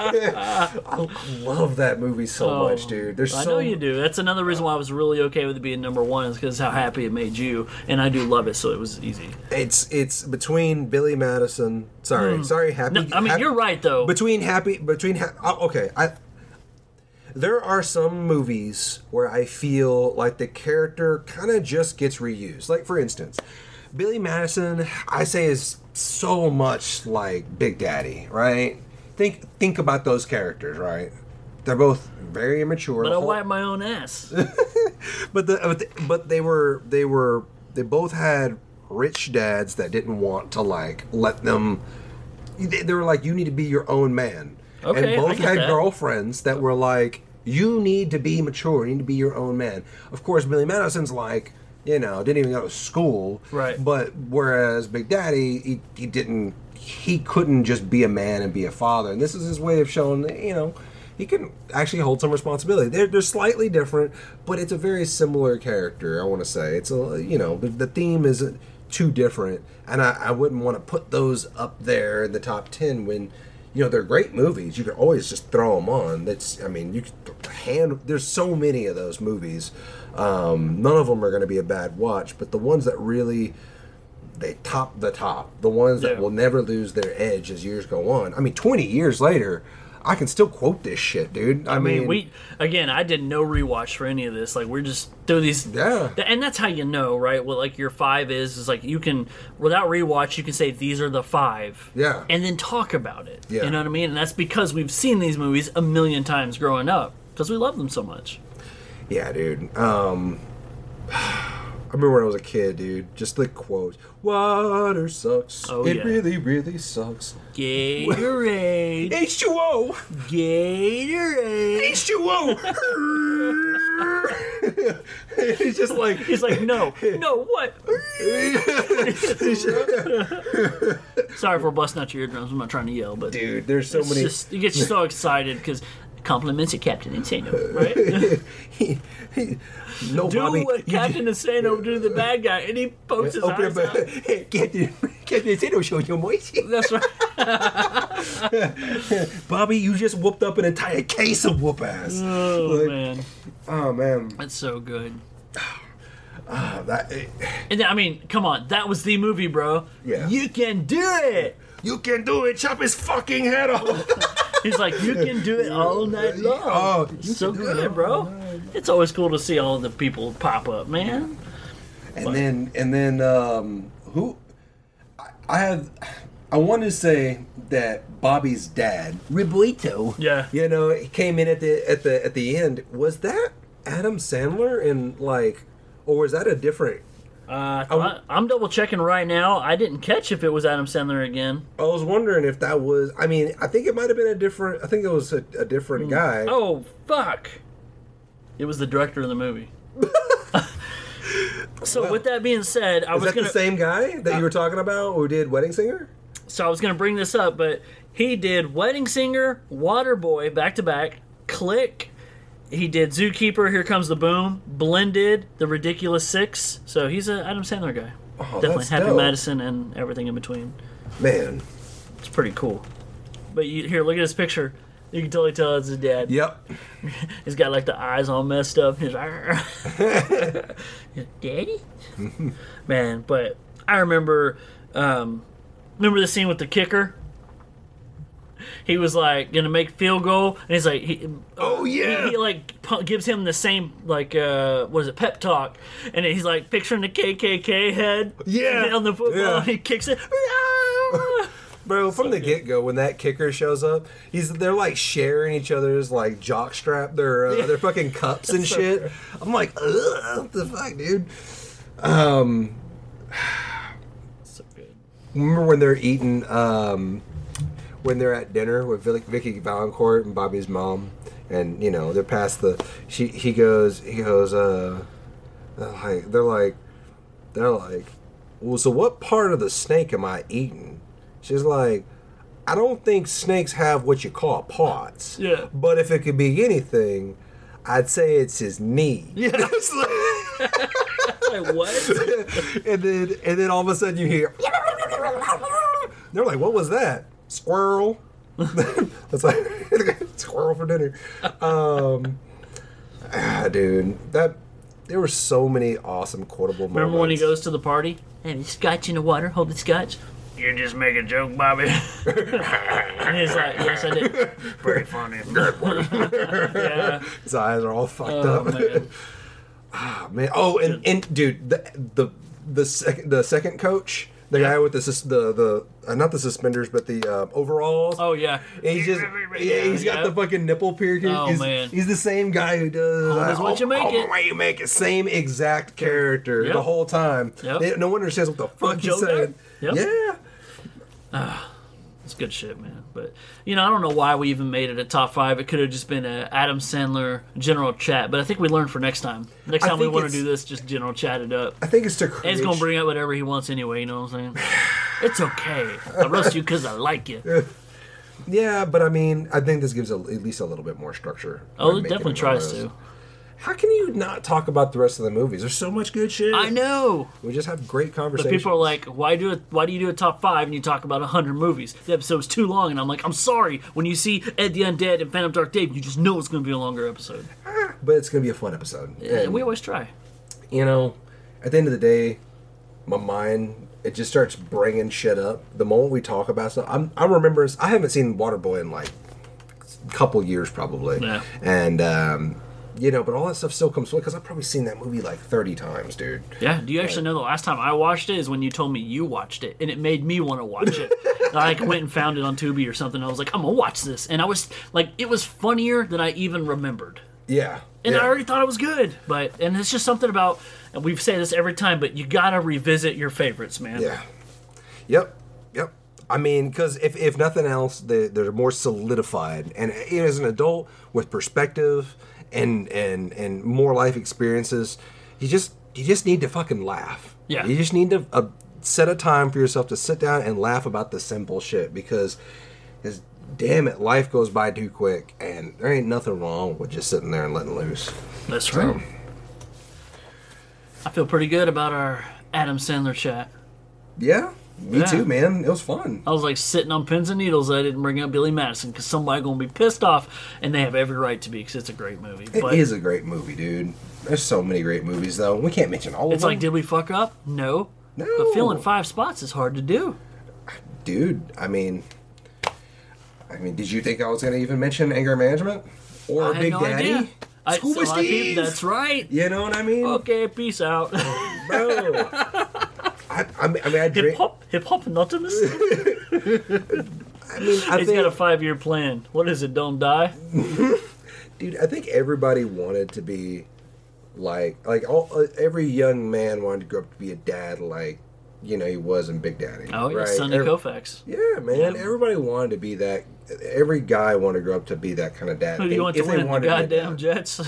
Speaker 9: I, I love that movie so much, dude. There's
Speaker 8: Oh. I
Speaker 9: so
Speaker 8: know you do. That's another reason why I was really okay with it being number one is because how happy it made you, and I do love it, so it was easy.
Speaker 9: It's it's between Billy Madison. Sorry, sorry, Happy.
Speaker 8: Hmm. No, I mean,
Speaker 9: Happy-
Speaker 8: you're right, though.
Speaker 9: Between Happy, between ha- oh, okay, I. There are some movies where I feel like the character kind of just gets reused. Like for instance, Billy Madison, I say is so much like Big Daddy, right? Think think about those characters, right? They're both very immature.
Speaker 8: But I
Speaker 9: whole-
Speaker 8: wipe my own ass.
Speaker 9: but the but the- but they were they were they both had rich dads that didn't want to like let them. They, they were like, you need to be your own man,
Speaker 8: Okay, I
Speaker 9: and both
Speaker 8: get
Speaker 9: had
Speaker 8: that.
Speaker 9: girlfriends that were like, you need to be mature, you need to be your own man. Of course, Billy Madison's like. You know, didn't even go to school.
Speaker 8: Right.
Speaker 9: But whereas Big Daddy, he, he didn't, he couldn't just be a man and be a father. And this is his way of showing that, you know, he can actually hold some responsibility. They're, they're slightly different, but it's a very similar character. I want to say it's a you know the, the theme isn't too different, and I, I wouldn't want to put those up there in the top ten when you know they're great movies. You can always just throw them on. That's I mean you could hand. There's so many of those movies. Um, none of them are going to be a bad watch, but the ones that really they top the top, the ones that
Speaker 8: Yeah.
Speaker 9: will never lose their edge as years go on. I mean, 20 years later, I can still quote this shit, dude. I,
Speaker 8: I
Speaker 9: mean,
Speaker 8: mean, we again. I did no rewatch for any of this. Like we're just through these.
Speaker 9: Yeah.
Speaker 8: Th- and that's how you know, right? What like your five is is like you can without rewatch, you can say these are the five.
Speaker 9: Yeah.
Speaker 8: And then talk about it.
Speaker 9: Yeah.
Speaker 8: You know what I mean? And that's because we've seen these movies a million times growing up because we love them so much.
Speaker 9: yeah, dude. Um, I remember when I was a kid, dude. Just the quote, "Water sucks.
Speaker 8: Oh,
Speaker 9: it
Speaker 8: yeah.
Speaker 9: really, really sucks."
Speaker 8: Gatorade.
Speaker 9: H2O.
Speaker 8: Gatorade.
Speaker 9: H2O. He's just like
Speaker 8: He's like, no, no, what? Sorry for busting out your eardrums. I'm not trying to yell, but
Speaker 9: dude. There's so
Speaker 8: it's
Speaker 9: many.
Speaker 8: just, it gets you so excited because compliments of Captain Insano, right?
Speaker 9: no,
Speaker 8: Do
Speaker 9: Bobby.
Speaker 8: what
Speaker 9: you
Speaker 8: Captain Insano do to the bad guy, and he pokes his
Speaker 9: open
Speaker 8: eyes
Speaker 9: up
Speaker 8: out.
Speaker 9: a Captain Captain Potato Show your moist.
Speaker 8: That's right.
Speaker 9: Bobby, you just whooped up an entire case of whoop ass.
Speaker 8: Oh
Speaker 9: Like,
Speaker 8: man,
Speaker 9: Oh man,
Speaker 8: that's so good.
Speaker 9: Uh, that, eh,
Speaker 8: And I mean, come on, that was the movie, bro.
Speaker 9: Yeah.
Speaker 8: You can do it.
Speaker 9: you can do it. Chop his fucking head off.
Speaker 8: He's like, you can do it all night long.
Speaker 9: Oh, you
Speaker 8: so
Speaker 9: can do
Speaker 8: good,
Speaker 9: it
Speaker 8: bro. It's always cool to see all the people pop up, man.
Speaker 9: and then and then um, who? I, I have. I want to say that Bobby's dad, Riblito.
Speaker 8: Yeah.
Speaker 9: You know, he came in at the at the at the end. Was that Adam Sandler in like, or was that a different?
Speaker 8: Uh, I thought- I'm double checking right now. I didn't catch if it was Adam Sandler again.
Speaker 9: I was wondering if that was. I mean, I think it might have been a different. I think it was a, a different guy.
Speaker 8: Oh fuck! It was the director of the movie. so with that being said, I
Speaker 9: Is
Speaker 8: was
Speaker 9: that
Speaker 8: gonna Uh,
Speaker 9: the same guy that you were talking about who did Wedding Singer?
Speaker 8: so I was gonna bring this up, but he did Wedding Singer, Waterboy back to back, Click. He did Zookeeper, Here Comes the Boom, Blended, The Ridiculous Six. So he's an Adam Sandler guy. Definitely
Speaker 9: Oh, that's
Speaker 8: Happy
Speaker 9: dope.
Speaker 8: Madison and everything in between.
Speaker 9: Man.
Speaker 8: It's pretty cool. But you, here, look at his picture. You can totally tell it's his dad.
Speaker 9: Yep.
Speaker 8: He's got like the eyes all messed up. He's like, "Arr." Daddy? Man, but I remember, um, remember the scene with the kicker? He was like gonna make field goal, and he's like, he,
Speaker 9: Oh yeah.
Speaker 8: he, he like pu- gives him the same like uh what is it pep talk, and he's like picturing the KKK head
Speaker 9: Yeah.
Speaker 8: on the football,
Speaker 9: Yeah.
Speaker 8: and he kicks it.
Speaker 9: Bro, from the get go, when that kicker shows up, he's they're like sharing each other's like jock strap, their uh, their fucking cups and shit. I'm like, ugh, what the fuck, dude. Um,
Speaker 8: so good.
Speaker 9: remember when they're eating, um, when they're at dinner with Vic- Vicky Valancourt and Bobby's mom, and you know they're past the. She he goes he goes uh, they're like they're like they're like, well, so what part of the snake am I eating? She's like, I don't think snakes have what you call pots.
Speaker 8: Yeah.
Speaker 9: But if it could be anything, I'd say it's his knee. Yeah.
Speaker 8: Like what?
Speaker 9: and then and then all of a sudden you hear they're like what was that squirrel it's like squirrel for dinner um ah, dude that there were so many awesome quotable moments
Speaker 8: Remember when he goes to the party? Have scotch in the water? Hold the scotch. You just make a joke, Bobby. and he's like, yes, I did. Pretty funny. yeah.
Speaker 9: his eyes are all fucked
Speaker 8: Oh,
Speaker 9: up
Speaker 8: man.
Speaker 9: Ah, man. oh and, and dude the the the second the second coach the guy with the sus- the the uh, not the suspenders but the uh, overalls
Speaker 8: Oh, yeah.
Speaker 9: And he's just, yeah, he's got the fucking nipple piercing.
Speaker 8: Oh,
Speaker 9: he's,
Speaker 8: man.
Speaker 9: he's the same guy who does.
Speaker 8: Home is what you make
Speaker 9: home
Speaker 8: it.
Speaker 9: what you make it. Same exact character
Speaker 8: Yep.
Speaker 9: the whole time.
Speaker 8: Yep.
Speaker 9: They- no one understands what the fuck he's
Speaker 8: Joe
Speaker 9: saying.
Speaker 8: Dirt. Yep.
Speaker 9: Yeah.
Speaker 8: It's good shit, man. But, you know, I don't know why we even made it a top five. It could have just been a Adam Sandler general chat, but I think we learned for next time. Next
Speaker 9: I
Speaker 8: time we
Speaker 9: think
Speaker 8: want to
Speaker 9: it's-
Speaker 8: do this, just general chat it up.
Speaker 9: I think it's to create.
Speaker 8: He's going to bring up whatever he wants anyway, you know what I'm saying? it's okay. I roast you because I like Oh, you.
Speaker 9: yeah, but I mean, I think this gives a, at least a little bit more structure.
Speaker 8: Oh,
Speaker 9: than
Speaker 8: it
Speaker 9: making
Speaker 8: definitely
Speaker 9: all
Speaker 8: tries
Speaker 9: those.
Speaker 8: to.
Speaker 9: How can you not talk about the rest of the movies? There's so much good shit.
Speaker 8: I know.
Speaker 9: We just have great
Speaker 8: But
Speaker 9: conversations.
Speaker 8: people are like, why do it? Why do you do a top five and you talk about hundred movies? The episode's too long, and I'm like, I'm sorry. When you see Ed the Undead and Phantom Dark Dave, you just know it's going to be a longer episode.
Speaker 9: but it's gonna be a fun episode.
Speaker 8: Yeah,
Speaker 9: And-
Speaker 8: we always try.
Speaker 9: you know, at the end of the day, my mind it just starts bringing shit up. The moment we talk about stuff, I'm I remember I haven't seen Waterboy in like a couple years probably,
Speaker 8: Yeah.
Speaker 9: and um, you know, but all that stuff still comes because I've probably seen that movie like thirty times, dude.
Speaker 8: Yeah. Do you actually know the last time I watched it is when you told me you watched it, and it made me want to watch it. And I like, went and found it on Tubi or something. And I was like, I'm gonna watch this, and I was like, it was funnier than I even remembered.
Speaker 9: Yeah,
Speaker 8: and
Speaker 9: yeah.
Speaker 8: I already thought it was good. But and it's just something about and we say this every time, but you gotta revisit your favorites, man.
Speaker 9: Yeah. Yep. Yep. I mean, because if, if nothing else, they, they're more solidified. And you know, as an adult with perspective and and and more life experiences, you just you just need to fucking laugh.
Speaker 8: Yeah.
Speaker 9: You just need to uh, set a time for yourself to sit down and laugh about the simple shit because, it's, damn it, life goes by too quick, and there ain't nothing wrong with just sitting there and letting loose.
Speaker 8: That's right. I feel pretty good about our Adam Sandler chat.
Speaker 9: Yeah. Me
Speaker 8: Yeah.
Speaker 9: too, man. It was fun.
Speaker 8: I was like sitting on pins and needles. that I didn't bring up Billy Madison because somebody gonna be pissed off, and they have every right to be because it's a great movie.
Speaker 9: It
Speaker 8: but
Speaker 9: is a great movie, dude. There's so many great movies, though. We can't mention all
Speaker 8: it's
Speaker 9: of
Speaker 8: like,
Speaker 9: them.
Speaker 8: did we fuck up? No.
Speaker 9: No.
Speaker 8: But filling five spots is hard to do.
Speaker 9: dude, I mean, I mean, did you think I was going to even mention anger management or
Speaker 8: I had
Speaker 9: Big
Speaker 8: no
Speaker 9: Daddy?
Speaker 8: idea. I,
Speaker 9: Scuba
Speaker 8: so a lot of people-
Speaker 9: Steve!
Speaker 8: that's right. Oh.
Speaker 9: You know what I mean,
Speaker 8: Okay, peace out.
Speaker 9: Oh, bro? I, I mean, I, mean, I
Speaker 8: hip
Speaker 9: drink.
Speaker 8: hop, hip hop anonymous.
Speaker 9: I mean, I
Speaker 8: He's got a
Speaker 9: think,
Speaker 8: five year plan. What is it? Don't die.
Speaker 9: dude, I think everybody wanted to be like, like all uh, every young man wanted to grow up to be a dad, like you know he was in Big Daddy.
Speaker 8: Oh, yeah,
Speaker 9: right?
Speaker 8: Sonny
Speaker 9: Every-
Speaker 8: Koufax.
Speaker 9: Yeah, man.
Speaker 8: Yeah.
Speaker 9: Everybody wanted to be that. Every guy wanted to grow up to be that kind of dad.
Speaker 8: Who do you want to
Speaker 9: if they
Speaker 8: win? The
Speaker 9: wanted to be a
Speaker 8: goddamn
Speaker 9: dad.
Speaker 8: Jets.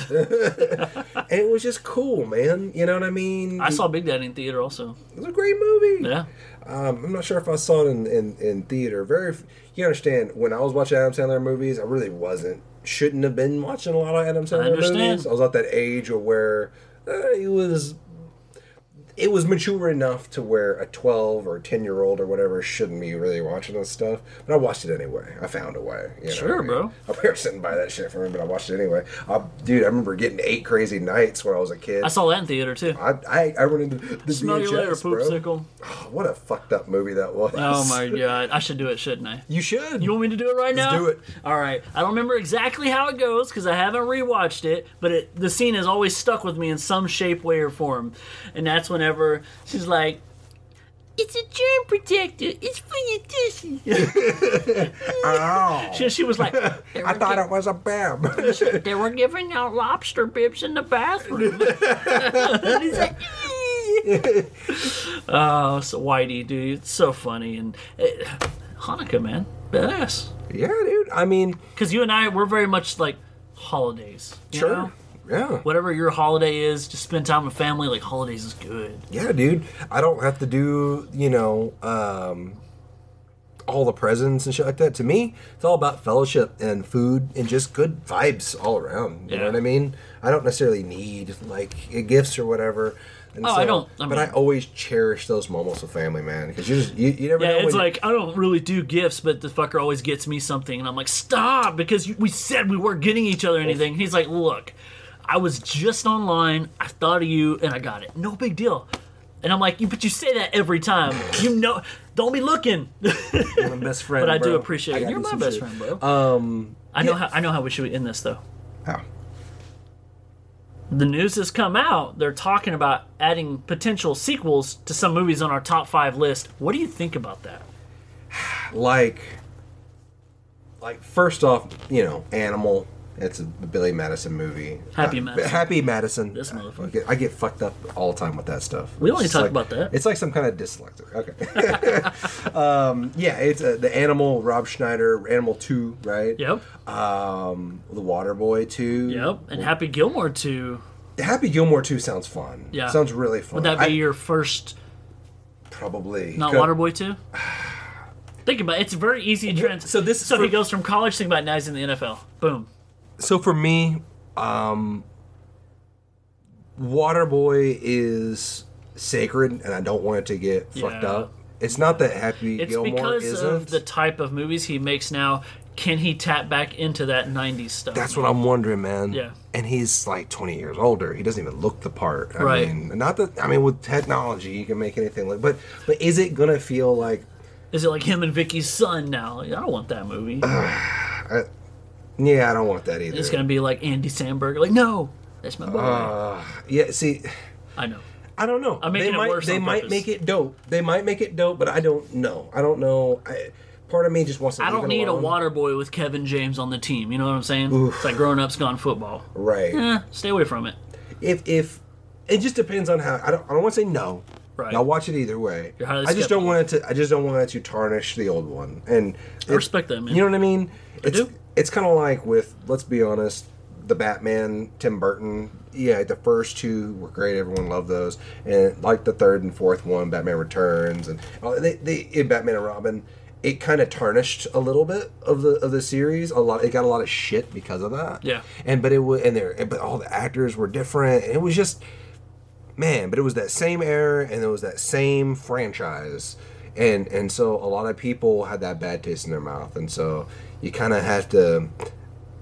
Speaker 9: And it was just cool, man. You know what I mean?
Speaker 8: I saw Big Daddy in theater also.
Speaker 9: It was a great movie.
Speaker 8: Yeah.
Speaker 9: Um, I'm not sure if I saw it in, in, in theater. Very, f- you understand. When I was watching Adam Sandler movies, I really wasn't. Shouldn't have been watching a lot of Adam Sandler
Speaker 8: understand.
Speaker 9: movies. I was at that age or where uh, it was. It was mature enough to where a 12 or 10 year old or whatever shouldn't be really watching this stuff. But I watched it anyway. I found a way. You know what
Speaker 8: Sure,
Speaker 9: I mean?
Speaker 8: bro.
Speaker 9: My parents didn't buy that shit for me, but I watched it anyway. I, dude, I remember getting eight crazy nights when I was a kid.
Speaker 8: I saw that in theater too.
Speaker 9: I, I, I went into the
Speaker 8: Smell you later,
Speaker 9: VHS, bro.
Speaker 8: poopsicle.
Speaker 9: What a fucked up movie that was.
Speaker 8: Oh my god, I should do it, shouldn't I?
Speaker 9: You should.
Speaker 8: You want me to do it right
Speaker 9: Let's
Speaker 8: now?
Speaker 9: do it.
Speaker 8: All right. I don't remember exactly how it goes because I haven't rewatched it, but it, the scene has always stuck with me in some shape, way, or form. And that's whenever she's like, "It's a germ protector. It's for your tissue." she, she was like, "They
Speaker 9: Oh. I
Speaker 8: were
Speaker 9: thought it was a bam.
Speaker 8: gi- "They were giving out lobster bibs in the bathroom." And he's like, oh, so Whitey, dude, it's so funny and eh, Hanukkah, man, badass.
Speaker 9: yeah, dude. I mean,
Speaker 8: because you and I we're very much like holidays. you
Speaker 9: sure.
Speaker 8: know?
Speaker 9: Yeah.
Speaker 8: Whatever your holiday is, just spend time with family. Like holidays is good.
Speaker 9: Yeah, dude. I don't have to do, you know, um, all the presents and shit like that. To me, it's all about fellowship and food and just good vibes all around. You know
Speaker 8: Yeah.
Speaker 9: what I mean? I don't necessarily need like gifts or whatever. And
Speaker 8: Oh, I don't- I
Speaker 9: but
Speaker 8: mean-
Speaker 9: I always cherish those moments with family, man. Because you just you, you never know.
Speaker 8: Yeah, it's
Speaker 9: when-
Speaker 8: like I don't really do gifts, but the fucker always gets me something, and I'm like, stop, because you, we said we weren't getting each other anything. And he's like, look, I was just online, I thought of you, and I got it. No big deal. And I'm like, you, but you say that every time. You know, don't be looking.
Speaker 9: my best friend.
Speaker 8: but I do
Speaker 9: bro.
Speaker 8: appreciate it.
Speaker 9: gotta
Speaker 8: You're
Speaker 9: do
Speaker 8: my
Speaker 9: some
Speaker 8: best
Speaker 9: shit.
Speaker 8: friend, bro. Um, I know how I know how we should end this though.
Speaker 9: How?
Speaker 8: the news has come out. They're talking about adding potential sequels to some movies on our top five list. What do you think about that?
Speaker 9: like like first off, you know, Animal. It's a Billy Madison movie.
Speaker 8: Happy
Speaker 9: Uh,
Speaker 8: Madison.
Speaker 9: Happy Madison.
Speaker 8: This
Speaker 9: I-
Speaker 8: motherfucker.
Speaker 9: I get, I get fucked up all the time with that stuff.
Speaker 8: We only
Speaker 9: It's
Speaker 8: talk
Speaker 9: like-
Speaker 8: about that.
Speaker 9: It's like some kind of dyslexic. Okay. um, yeah, it's uh, the Animal, Rob Schneider, Animal Two, right?
Speaker 8: Yep.
Speaker 9: Um, the Waterboy Two.
Speaker 8: Yep. And Happy Gilmore too.
Speaker 9: Happy Gilmore Two sounds fun.
Speaker 8: Yeah.
Speaker 9: Sounds really fun.
Speaker 8: Would that be
Speaker 9: I-
Speaker 8: your first,
Speaker 9: probably
Speaker 8: not
Speaker 9: Co-
Speaker 8: Waterboy two? Think about it. It's a very easy trend.
Speaker 9: so this is
Speaker 8: so
Speaker 9: for-
Speaker 8: he goes from college. Think about it, now he's in the NFL. Boom.
Speaker 9: so for me, um, Waterboy is sacred, and I don't want it to get fucked
Speaker 8: Yeah.
Speaker 9: up. It's not that Happy
Speaker 8: It's
Speaker 9: Gilmore
Speaker 8: because of
Speaker 9: isn't.
Speaker 8: the type of movies he makes now. Can he tap back into that '90s stuff?
Speaker 9: That's what I'm wondering, man.
Speaker 8: Yeah.
Speaker 9: And he's like 20 years older. He doesn't even look the part. I
Speaker 8: Right.
Speaker 9: Mean, not that I mean, with technology, you can make anything look. But but is it gonna feel like
Speaker 8: Is it like him and Vicky's son now? I don't want that movie.
Speaker 9: yeah? I don't want that either.
Speaker 8: It's gonna be like Andy Sandberg. Like, no, that's my boy.
Speaker 9: Uh, yeah. See,
Speaker 8: I know.
Speaker 9: I don't know.
Speaker 8: I'm
Speaker 9: they
Speaker 8: making it
Speaker 9: might,
Speaker 8: worse
Speaker 9: They
Speaker 8: on
Speaker 9: might
Speaker 8: purpose.
Speaker 9: make it dope. They might make it dope, but I don't know. I don't know. I, part of me just wants to.
Speaker 8: I
Speaker 9: leave
Speaker 8: don't
Speaker 9: it
Speaker 8: need a
Speaker 9: alone.
Speaker 8: water boy with Kevin James on the team. You know what I'm saying? It's like grown ups gone football.
Speaker 9: Right.
Speaker 8: Eh, stay away from it.
Speaker 9: If if it just depends on how I don't, I don't want to say no.
Speaker 8: Right.
Speaker 9: I'll watch it either way.
Speaker 8: You're highly
Speaker 9: I just don't
Speaker 8: skeptical.
Speaker 9: want it to. I just don't want it to tarnish the old one. And I
Speaker 8: respect that, man.
Speaker 9: You know what I mean? It's,
Speaker 8: do.
Speaker 9: It's kind of like with. Let's be honest. The Batman, Tim Burton. Yeah, the first two were great. Everyone loved those. And like the third and fourth one, Batman Returns, and oh, they, they in Batman and Robin. It kind of tarnished a little bit of the of the series. A lot. It got a lot of shit because of that.
Speaker 8: Yeah.
Speaker 9: And but it was and there. But all the actors were different. And it was just man but it was that same era and it was that same franchise and and so a lot of people had that bad taste in their mouth and so you kind of have to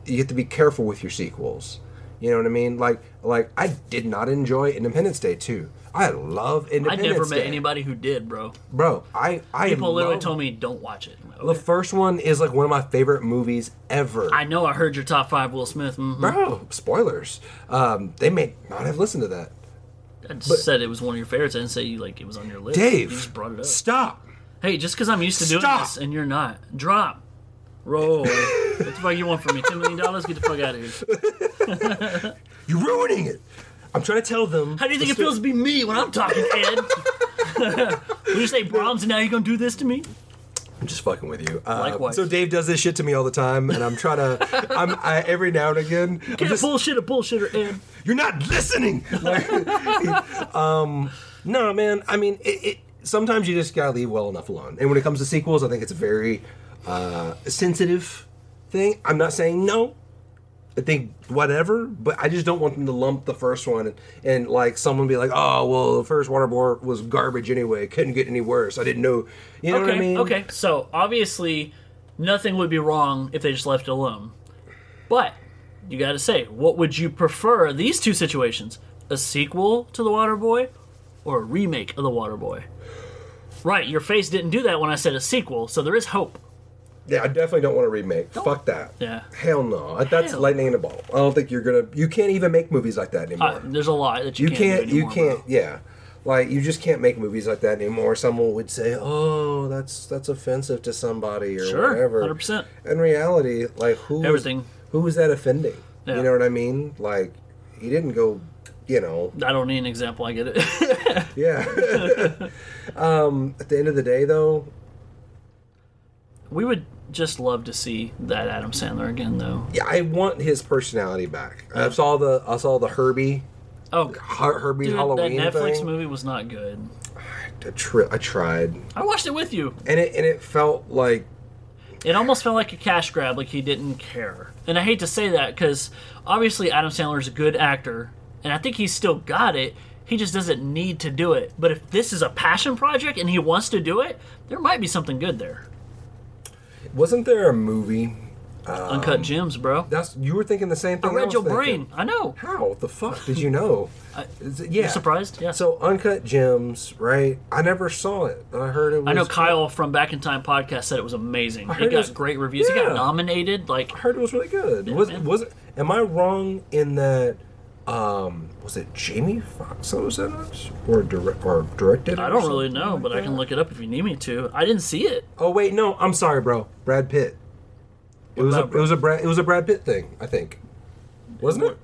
Speaker 9: you have to be careful with your sequels you know what i mean like like i did not enjoy independence day 2 i love
Speaker 8: I
Speaker 9: independence
Speaker 8: never met
Speaker 9: Day.
Speaker 8: anybody who did, bro.
Speaker 9: bro i i
Speaker 8: People literally
Speaker 9: love-
Speaker 8: told me don't watch it.
Speaker 9: the first one is like one of my favorite movies ever
Speaker 8: I know I heard your top five Will Smith. mhm.
Speaker 9: bro spoilers um they may not have listened to that
Speaker 8: I just said it was one of your favorites. I didn't say you like it was on your list.
Speaker 9: dave
Speaker 8: you just brought it up.
Speaker 9: stop
Speaker 8: hey, just because I'm used to doing
Speaker 9: Stop.
Speaker 8: this and you're not, drop, roll. what the fuck you want from me? Ten million dollars? Get the fuck out of here.
Speaker 9: You're ruining it. I'm trying to tell them.
Speaker 8: How do you think it feels to be me when I'm talking, Ed? When you say Brahms, and now you're gonna do this to me?
Speaker 9: I'm just fucking with you. Uh,
Speaker 8: Likewise.
Speaker 9: So Dave does this shit to me all the time, and I'm trying to. I'm I, every now and again. I'm
Speaker 8: Get
Speaker 9: just,
Speaker 8: a bullshit, a bullshitter, Ed.
Speaker 9: You're not listening. Like, um, no, man. I mean, it, it. Sometimes you just gotta leave well enough alone. And when it comes to sequels, I think it's a very uh, sensitive thing. I'm not saying no. I think whatever, but I just don't want them to lump the first one and, and like someone be like, oh well, the first Waterboard was garbage anyway. It couldn't get any worse. I didn't know. You know
Speaker 8: okay,
Speaker 9: what I mean?
Speaker 8: okay. So obviously, nothing would be wrong if they just left it alone. But you got to say, what would you prefer? These two situations: a sequel to The Waterboy, or a remake of The Waterboy. Right, your face didn't do that when I said a sequel, so there is hope.
Speaker 9: Yeah, I definitely don't want to remake. Fuck that.
Speaker 8: Yeah.
Speaker 9: Hell no. That's
Speaker 8: Hell.
Speaker 9: lightning in a bottle. I don't think you're gonna. You can't even make movies like that anymore.
Speaker 8: Uh, there's a lot that you,
Speaker 9: you
Speaker 8: can't.
Speaker 9: can't.
Speaker 8: do
Speaker 9: You
Speaker 8: anymore,
Speaker 9: can't.
Speaker 8: bro.
Speaker 9: Yeah. Like you just can't make movies like that anymore. Someone would say, "Oh, that's that's offensive to somebody or
Speaker 8: Sure,
Speaker 9: whatever."
Speaker 8: 100%.
Speaker 9: In reality, like who?
Speaker 8: Everything.
Speaker 9: Who was that offending?
Speaker 8: Yeah.
Speaker 9: You know what I mean? Like he didn't go. You know.
Speaker 8: I don't need an example. I get it.
Speaker 9: Yeah. um, at the end of the day, though,
Speaker 8: we would just love to see that Adam Sandler again, though.
Speaker 9: yeah, I want his personality back. I saw the I saw the Herbie
Speaker 8: Oh,
Speaker 9: Her- Herbie
Speaker 8: dude,
Speaker 9: Halloween
Speaker 8: that Netflix
Speaker 9: thing.
Speaker 8: movie was not good.
Speaker 9: I, tri- I tried,
Speaker 8: I watched it with you.
Speaker 9: and it and it felt like
Speaker 8: It almost felt like a cash grab, like he didn't care. And I hate to say that because obviously Adam Sandler's a good actor, and I think he's still got it. He just doesn't need to do it. But if this is a passion project and he wants to do it, there might be something good there.
Speaker 9: wasn't there a movie?
Speaker 8: Uncut Gems, bro.
Speaker 9: Um, That's you were thinking the same
Speaker 8: I
Speaker 9: thing.
Speaker 8: read
Speaker 9: was
Speaker 8: your
Speaker 9: thinking.
Speaker 8: brain. I know.
Speaker 9: How the fuck did you know? Is it- yeah,
Speaker 8: surprised? Yeah.
Speaker 9: So uncut gems, right? I never saw it, but I heard it. Was,
Speaker 8: I know Kyle from Back in Time podcast said it was amazing.
Speaker 9: heard
Speaker 8: It
Speaker 9: it
Speaker 8: got
Speaker 9: was-
Speaker 8: great reviews. It
Speaker 9: yeah.
Speaker 8: got nominated. Like,
Speaker 9: I heard it was really good. was
Speaker 8: man.
Speaker 9: was it? Am I wrong in that? Um, was it Jamie Foxx that was in it, or direct or directed? it
Speaker 8: I
Speaker 9: or
Speaker 8: don't really
Speaker 9: something
Speaker 8: know,
Speaker 9: like
Speaker 8: but I
Speaker 9: that?
Speaker 8: can look it up if you need me to. I didn't see it.
Speaker 9: Oh wait, no, I'm sorry, bro. Brad Pitt. It was a
Speaker 8: about
Speaker 9: it was a Brad it was a Brad Pitt thing, I think. Wasn't it?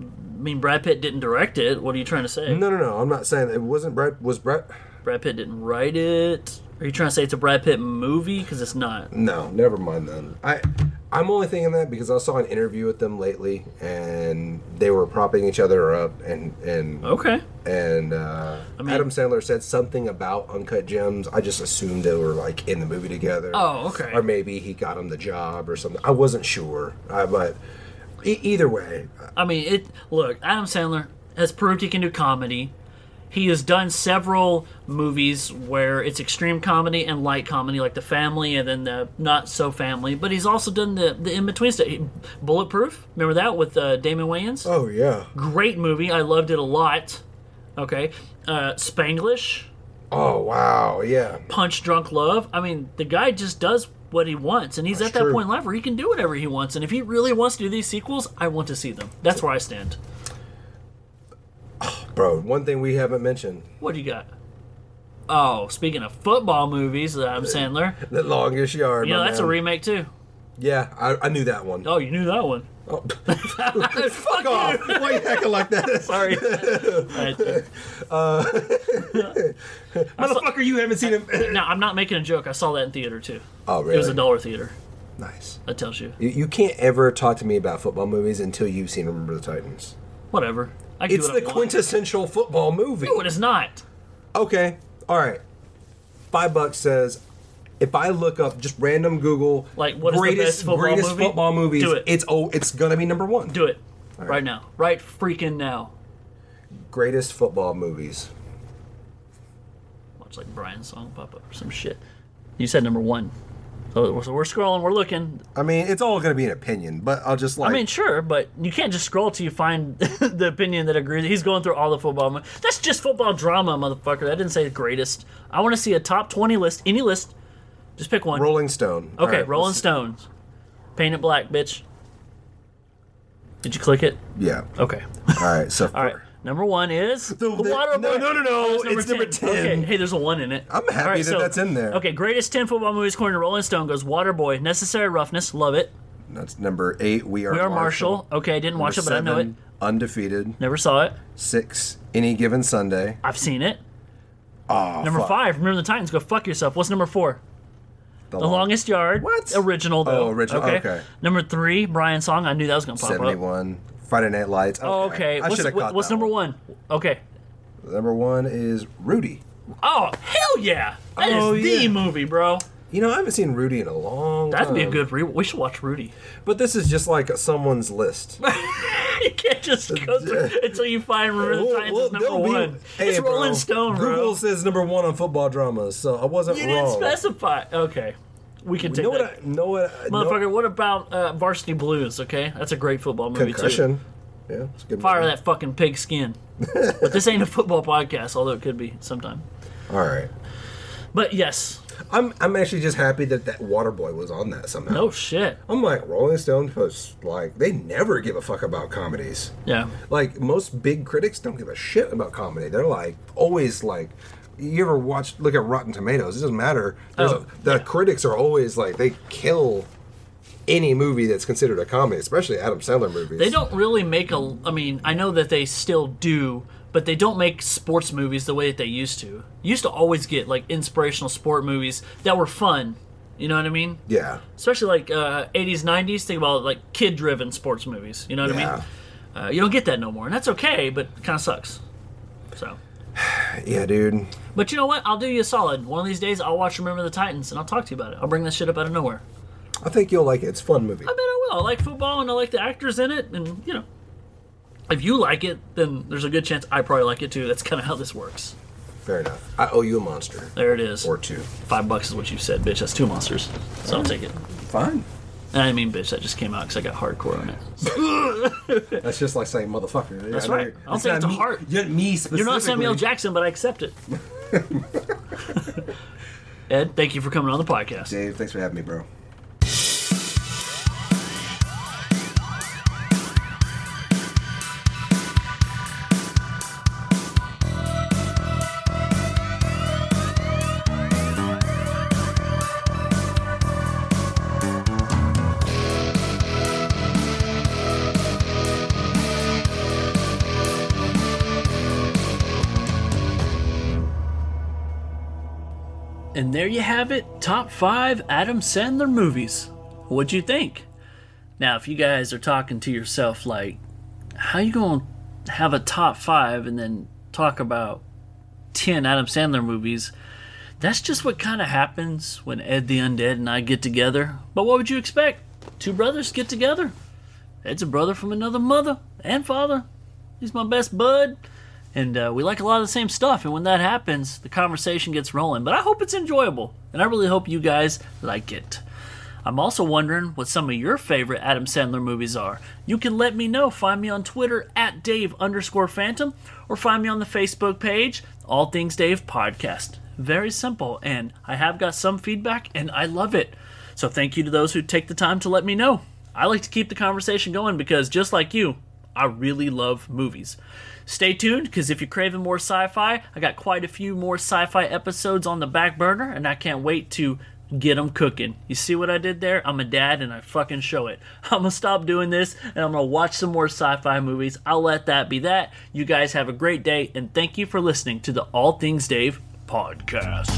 Speaker 8: I mean, Brad Pitt didn't direct it. What are you trying to say?
Speaker 9: No, no, no. I'm not saying that it wasn't Brad. Was Brad?
Speaker 8: Brad Pitt didn't write it. Are you trying to say it's a Brad Pitt movie? Because it's not.
Speaker 9: No, never mind then. I I'm only thinking that because I saw an interview with them lately, and they were propping each other up, and and
Speaker 8: Okay.
Speaker 9: and uh,
Speaker 8: Oh. mean-
Speaker 9: Adam Sandler said something about Uncut Gems. I just assumed they were like in the movie together.
Speaker 8: Oh, okay.
Speaker 9: Or maybe he got him the job or something. I wasn't sure, I, but e- either way,
Speaker 8: I mean, it. Look, Adam Sandler has proved he can do comedy. He has done several movies where it's extreme comedy and light comedy, like The Family and then the Not So Family. But he's also done the the in between stuff. He- Bulletproof, remember that with uh, Damon Wayans?
Speaker 9: oh yeah.
Speaker 8: Great movie. I loved it a lot. Okay, uh, Spanglish.
Speaker 9: Oh wow, yeah.
Speaker 8: punch drunk love. I mean, the guy just does what he wants, and he's at that
Speaker 9: true.
Speaker 8: point in life where he can do whatever he wants. And if he really wants to do these sequels, I want to see them. That's where I stand.
Speaker 9: Bro, one thing we haven't mentioned.
Speaker 8: What do you got? Oh, speaking of football movies, Adam Sandler.
Speaker 9: The longest yard.
Speaker 8: You know,
Speaker 9: my
Speaker 8: that's a
Speaker 9: man.
Speaker 8: remake too.
Speaker 9: Yeah, I, I knew that one.
Speaker 8: Oh, you knew that one.
Speaker 9: Oh. Fuck off! Why you acting like that?
Speaker 8: Sorry. I-
Speaker 9: Uh, Motherfucker, you haven't seen him.
Speaker 8: no, I'm not making a joke. I saw that in theater too.
Speaker 9: Oh,
Speaker 8: It was
Speaker 9: really?
Speaker 8: a dollar theater.
Speaker 9: nice.
Speaker 8: That tells you.
Speaker 9: You, you can't ever talk to me about football movies until you've seen Remember the Titans.
Speaker 8: Whatever. I can
Speaker 9: It's
Speaker 8: do what
Speaker 9: the
Speaker 8: I want.
Speaker 9: quintessential football movie.
Speaker 8: No, it is not.
Speaker 9: Okay, all right. Five bucks says, if I look up just random Google,
Speaker 8: Like, what is the best football
Speaker 9: greatest
Speaker 8: movie?
Speaker 9: football movies,
Speaker 8: Do it.
Speaker 9: it's oh, it's gonna be number one.
Speaker 8: Do it right. now. Right freaking now.
Speaker 9: Greatest football movies.
Speaker 8: Watch like Brian's song pop up or some shit. You said number one. So, so we're scrolling. We're looking.
Speaker 9: I mean, it's all gonna be an opinion, but I'll just like.
Speaker 8: I mean, sure, but you can't just scroll till you find the opinion that agrees. He's going through all the football. mo- That's just football drama, motherfucker. That didn't say greatest. I want to see a top twenty list. Any list. Just pick one.
Speaker 9: Rolling Stone. All
Speaker 8: okay,
Speaker 9: right,
Speaker 8: Rolling
Speaker 9: let's-
Speaker 8: Stones. Paint it black, bitch. Did you click it?
Speaker 9: Yeah.
Speaker 8: Okay.
Speaker 9: All right. So.
Speaker 8: All right. Number one is the,
Speaker 9: the-
Speaker 8: Water
Speaker 9: no,
Speaker 8: Boy.
Speaker 9: no, no, no,
Speaker 8: Oh,
Speaker 9: it's number 10.
Speaker 8: Okay. Hey, there's a one in it.
Speaker 9: I'm happy
Speaker 8: All
Speaker 9: that that's in there.
Speaker 8: Okay, greatest ten football movies according to Rolling Stone goes Waterboy, Necessary Roughness, love it.
Speaker 9: That's number eight. We are.
Speaker 8: We are Marshall. Okay, I didn't watch it,
Speaker 9: Number
Speaker 8: but I know it.
Speaker 9: seven, Undefeated.
Speaker 8: Never saw it.
Speaker 9: Six. Any given Sunday.
Speaker 8: I've seen it. number
Speaker 9: Ah, fuck.
Speaker 8: five, remember the Titans. Go fuck yourself. What's number four? The
Speaker 9: Long-
Speaker 8: longest yard.
Speaker 9: Oh. What?
Speaker 8: Original though.
Speaker 9: Oh, original, okay.
Speaker 8: Number three, Brian's song. I knew that was gonna pop up.
Speaker 9: Seventy-one. Friday Night Lights. Okay.
Speaker 8: Oh, okay.
Speaker 9: I
Speaker 8: What's,
Speaker 9: should have
Speaker 8: what-
Speaker 9: caught
Speaker 8: what's
Speaker 9: that
Speaker 8: number
Speaker 9: one.
Speaker 8: one? Okay.
Speaker 9: Number one is Rudy.
Speaker 8: Oh hell yeah! That is
Speaker 9: Oh,
Speaker 8: the
Speaker 9: yeah.
Speaker 8: movie, bro.
Speaker 9: You know, I haven't seen Rudy in a long
Speaker 8: That'd
Speaker 9: time.
Speaker 8: be a good re. We should watch Rudy.
Speaker 9: But this is just like someone's list.
Speaker 8: You can't just go through until you find Remember the
Speaker 9: Well,
Speaker 8: Titans
Speaker 9: well,
Speaker 8: is number
Speaker 9: there'll be-
Speaker 8: one.
Speaker 9: Hey,
Speaker 8: it's
Speaker 9: bro,
Speaker 8: Rolling Stone, bro.
Speaker 9: Google says number one on football dramas, so I wasn't
Speaker 8: you didn't
Speaker 9: wrong.
Speaker 8: specify. Okay, we can
Speaker 9: You
Speaker 8: take
Speaker 9: know what?
Speaker 8: that.
Speaker 9: I, know what? I- know-
Speaker 8: Motherfucker, what about uh, Varsity Blues? Okay, that's a great football movie too.
Speaker 9: concussion. Yeah, it's a good.
Speaker 8: Fire
Speaker 9: movie.
Speaker 8: that fucking pig skin. but this ain't a football podcast, although it could be sometime.
Speaker 9: All right.
Speaker 8: But yes,
Speaker 9: I'm I'm actually just happy that that Waterboy was on that somehow.
Speaker 8: no Oh, shit.
Speaker 9: I'm like Rolling Stone posts like they never give a fuck about comedies.
Speaker 8: Yeah,
Speaker 9: Like most big critics don't give a shit about comedy. They're like always like you ever watch look at Rotten Tomatoes, it doesn't matter. There's-
Speaker 8: Oh,
Speaker 9: the critics are always like they kill any movie that's considered a comedy, especially Adam Sandler movies.
Speaker 8: they don't really make a. I mean, I know that they still do, but they don't make sports movies the way that they used to. Used to always get like inspirational sport movies that were fun. You know what I mean?
Speaker 9: Yeah.
Speaker 8: especially like uh, 80s 90s think about like kid driven sports movies you know what
Speaker 9: Yeah.
Speaker 8: i mean uh, you don't get that no more and that's okay but kind of sucks so
Speaker 9: Yeah, dude.
Speaker 8: but you know what i'll do you a solid one of these days i'll watch remember the titans and i'll talk to you about it i'll bring that shit up out of nowhere
Speaker 9: I think you'll like it. It's a fun movie.
Speaker 8: i bet i will i like football and i like the actors in it and you know if you like it then there's a good chance i probably like it too that's kind of how this works
Speaker 9: Fair enough. I owe you a monster.
Speaker 8: there it is
Speaker 9: Or two.
Speaker 8: five bucks is what you said bitch that's two monsters so i'll take it
Speaker 9: Fine.
Speaker 8: and i didn't mean bitch that just came out because i got hardcore on it
Speaker 9: That's just like saying motherfucker.
Speaker 8: That's right. I'll
Speaker 9: It's
Speaker 8: say
Speaker 9: not
Speaker 8: it's a
Speaker 9: me-
Speaker 8: heart.
Speaker 9: You're me specifically.
Speaker 8: You're not Samuel Jackson, but I accept it. Ed, thank you for coming on the podcast.
Speaker 9: Dave, thanks for having me, bro.
Speaker 8: And there you have it top five Adam Sandler movies. What'd you think? Now, if you guys are talking to yourself, like, how you going to have a top five and then talk about 10 Adam Sandler movies? That's just what kind of happens when Ed the Undead and I get together. But what would you expect? Two brothers get together. Ed's a brother from another mother and father. He's my best bud and uh, we like a lot of the same stuff. And when that happens, the conversation gets rolling. But I hope it's enjoyable, and I really hope you guys like it. I'm also wondering what some of your favorite Adam Sandler movies are. You can let me know. Find me on Twitter at Dave underscore Phantom, or find me on the Facebook page, All Things Dave Podcast. Very simple, and I have got some feedback, and I love it. So thank you to those who take the time to let me know. I like to keep the conversation going because, just like you, I really love movies. Stay tuned because if you're craving more sci fi, I got quite a few more sci fi episodes on the back burner, and I can't wait to get them cooking. You see what I did there? I'm a dad and I fucking show it. I'm gonna stop doing this and I'm gonna watch some more sci fi movies. I'll let that be that. You guys have a great day and thank you for listening to the All Things Dave podcast.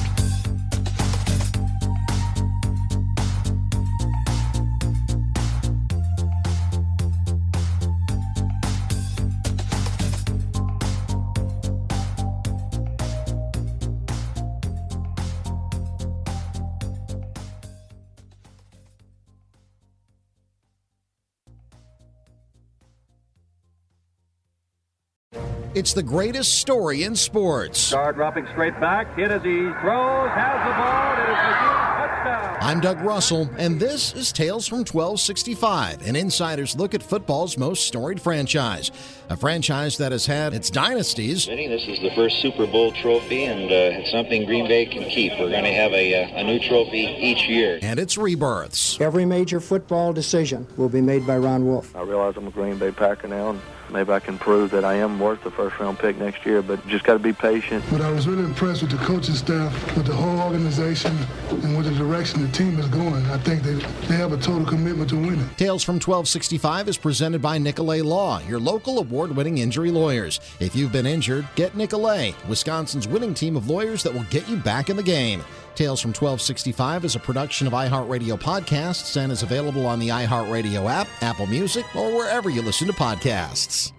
Speaker 10: It's the greatest story in sports.
Speaker 5: Guard dropping straight back. Hit as he throws. Has the ball. It is McGee. Touchdown.
Speaker 10: I'm Doug Russell, and this is Tales from 1265, an insider's look at football's most storied franchise. A franchise that has had its dynasties,
Speaker 11: This is the first Super Bowl trophy, and uh, it's something Green Bay can keep. We're going to have a, uh, a new trophy each year.
Speaker 10: and its rebirths.
Speaker 12: Every major football decision will be made by Ron Wolf.
Speaker 9: I realize I'm a Green Bay Packer now, and maybe I can prove that I am worth the first round pick next year, but just got to be patient.
Speaker 13: But I was really impressed with the coaching staff, with the whole organization, and with the direction the team is going. I think they, they have a total commitment to winning.
Speaker 10: Tales from 1265 is presented by Nicolay Law, your local award winning injury lawyers. If you've been injured, get Nicolay, Wisconsin's winning team of lawyers that will get you back in the game. Tales from 1265 is a production of iHeartRadio Podcasts and is available on the iHeartRadio app, Apple Music, or wherever you listen to podcasts.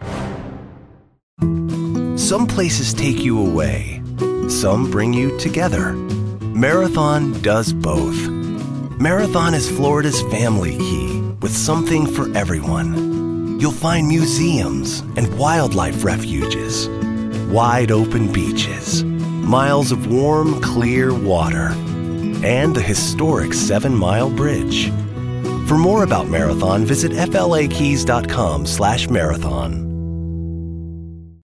Speaker 14: Some places take you away, some bring you together. Marathon does both. Marathon is Florida's family key with something for everyone. You'll find museums and wildlife refuges, wide open beaches, miles of warm, clear water, and the historic Seven Mile Bridge. For more about Marathon, visit flakeys.com slash marathon.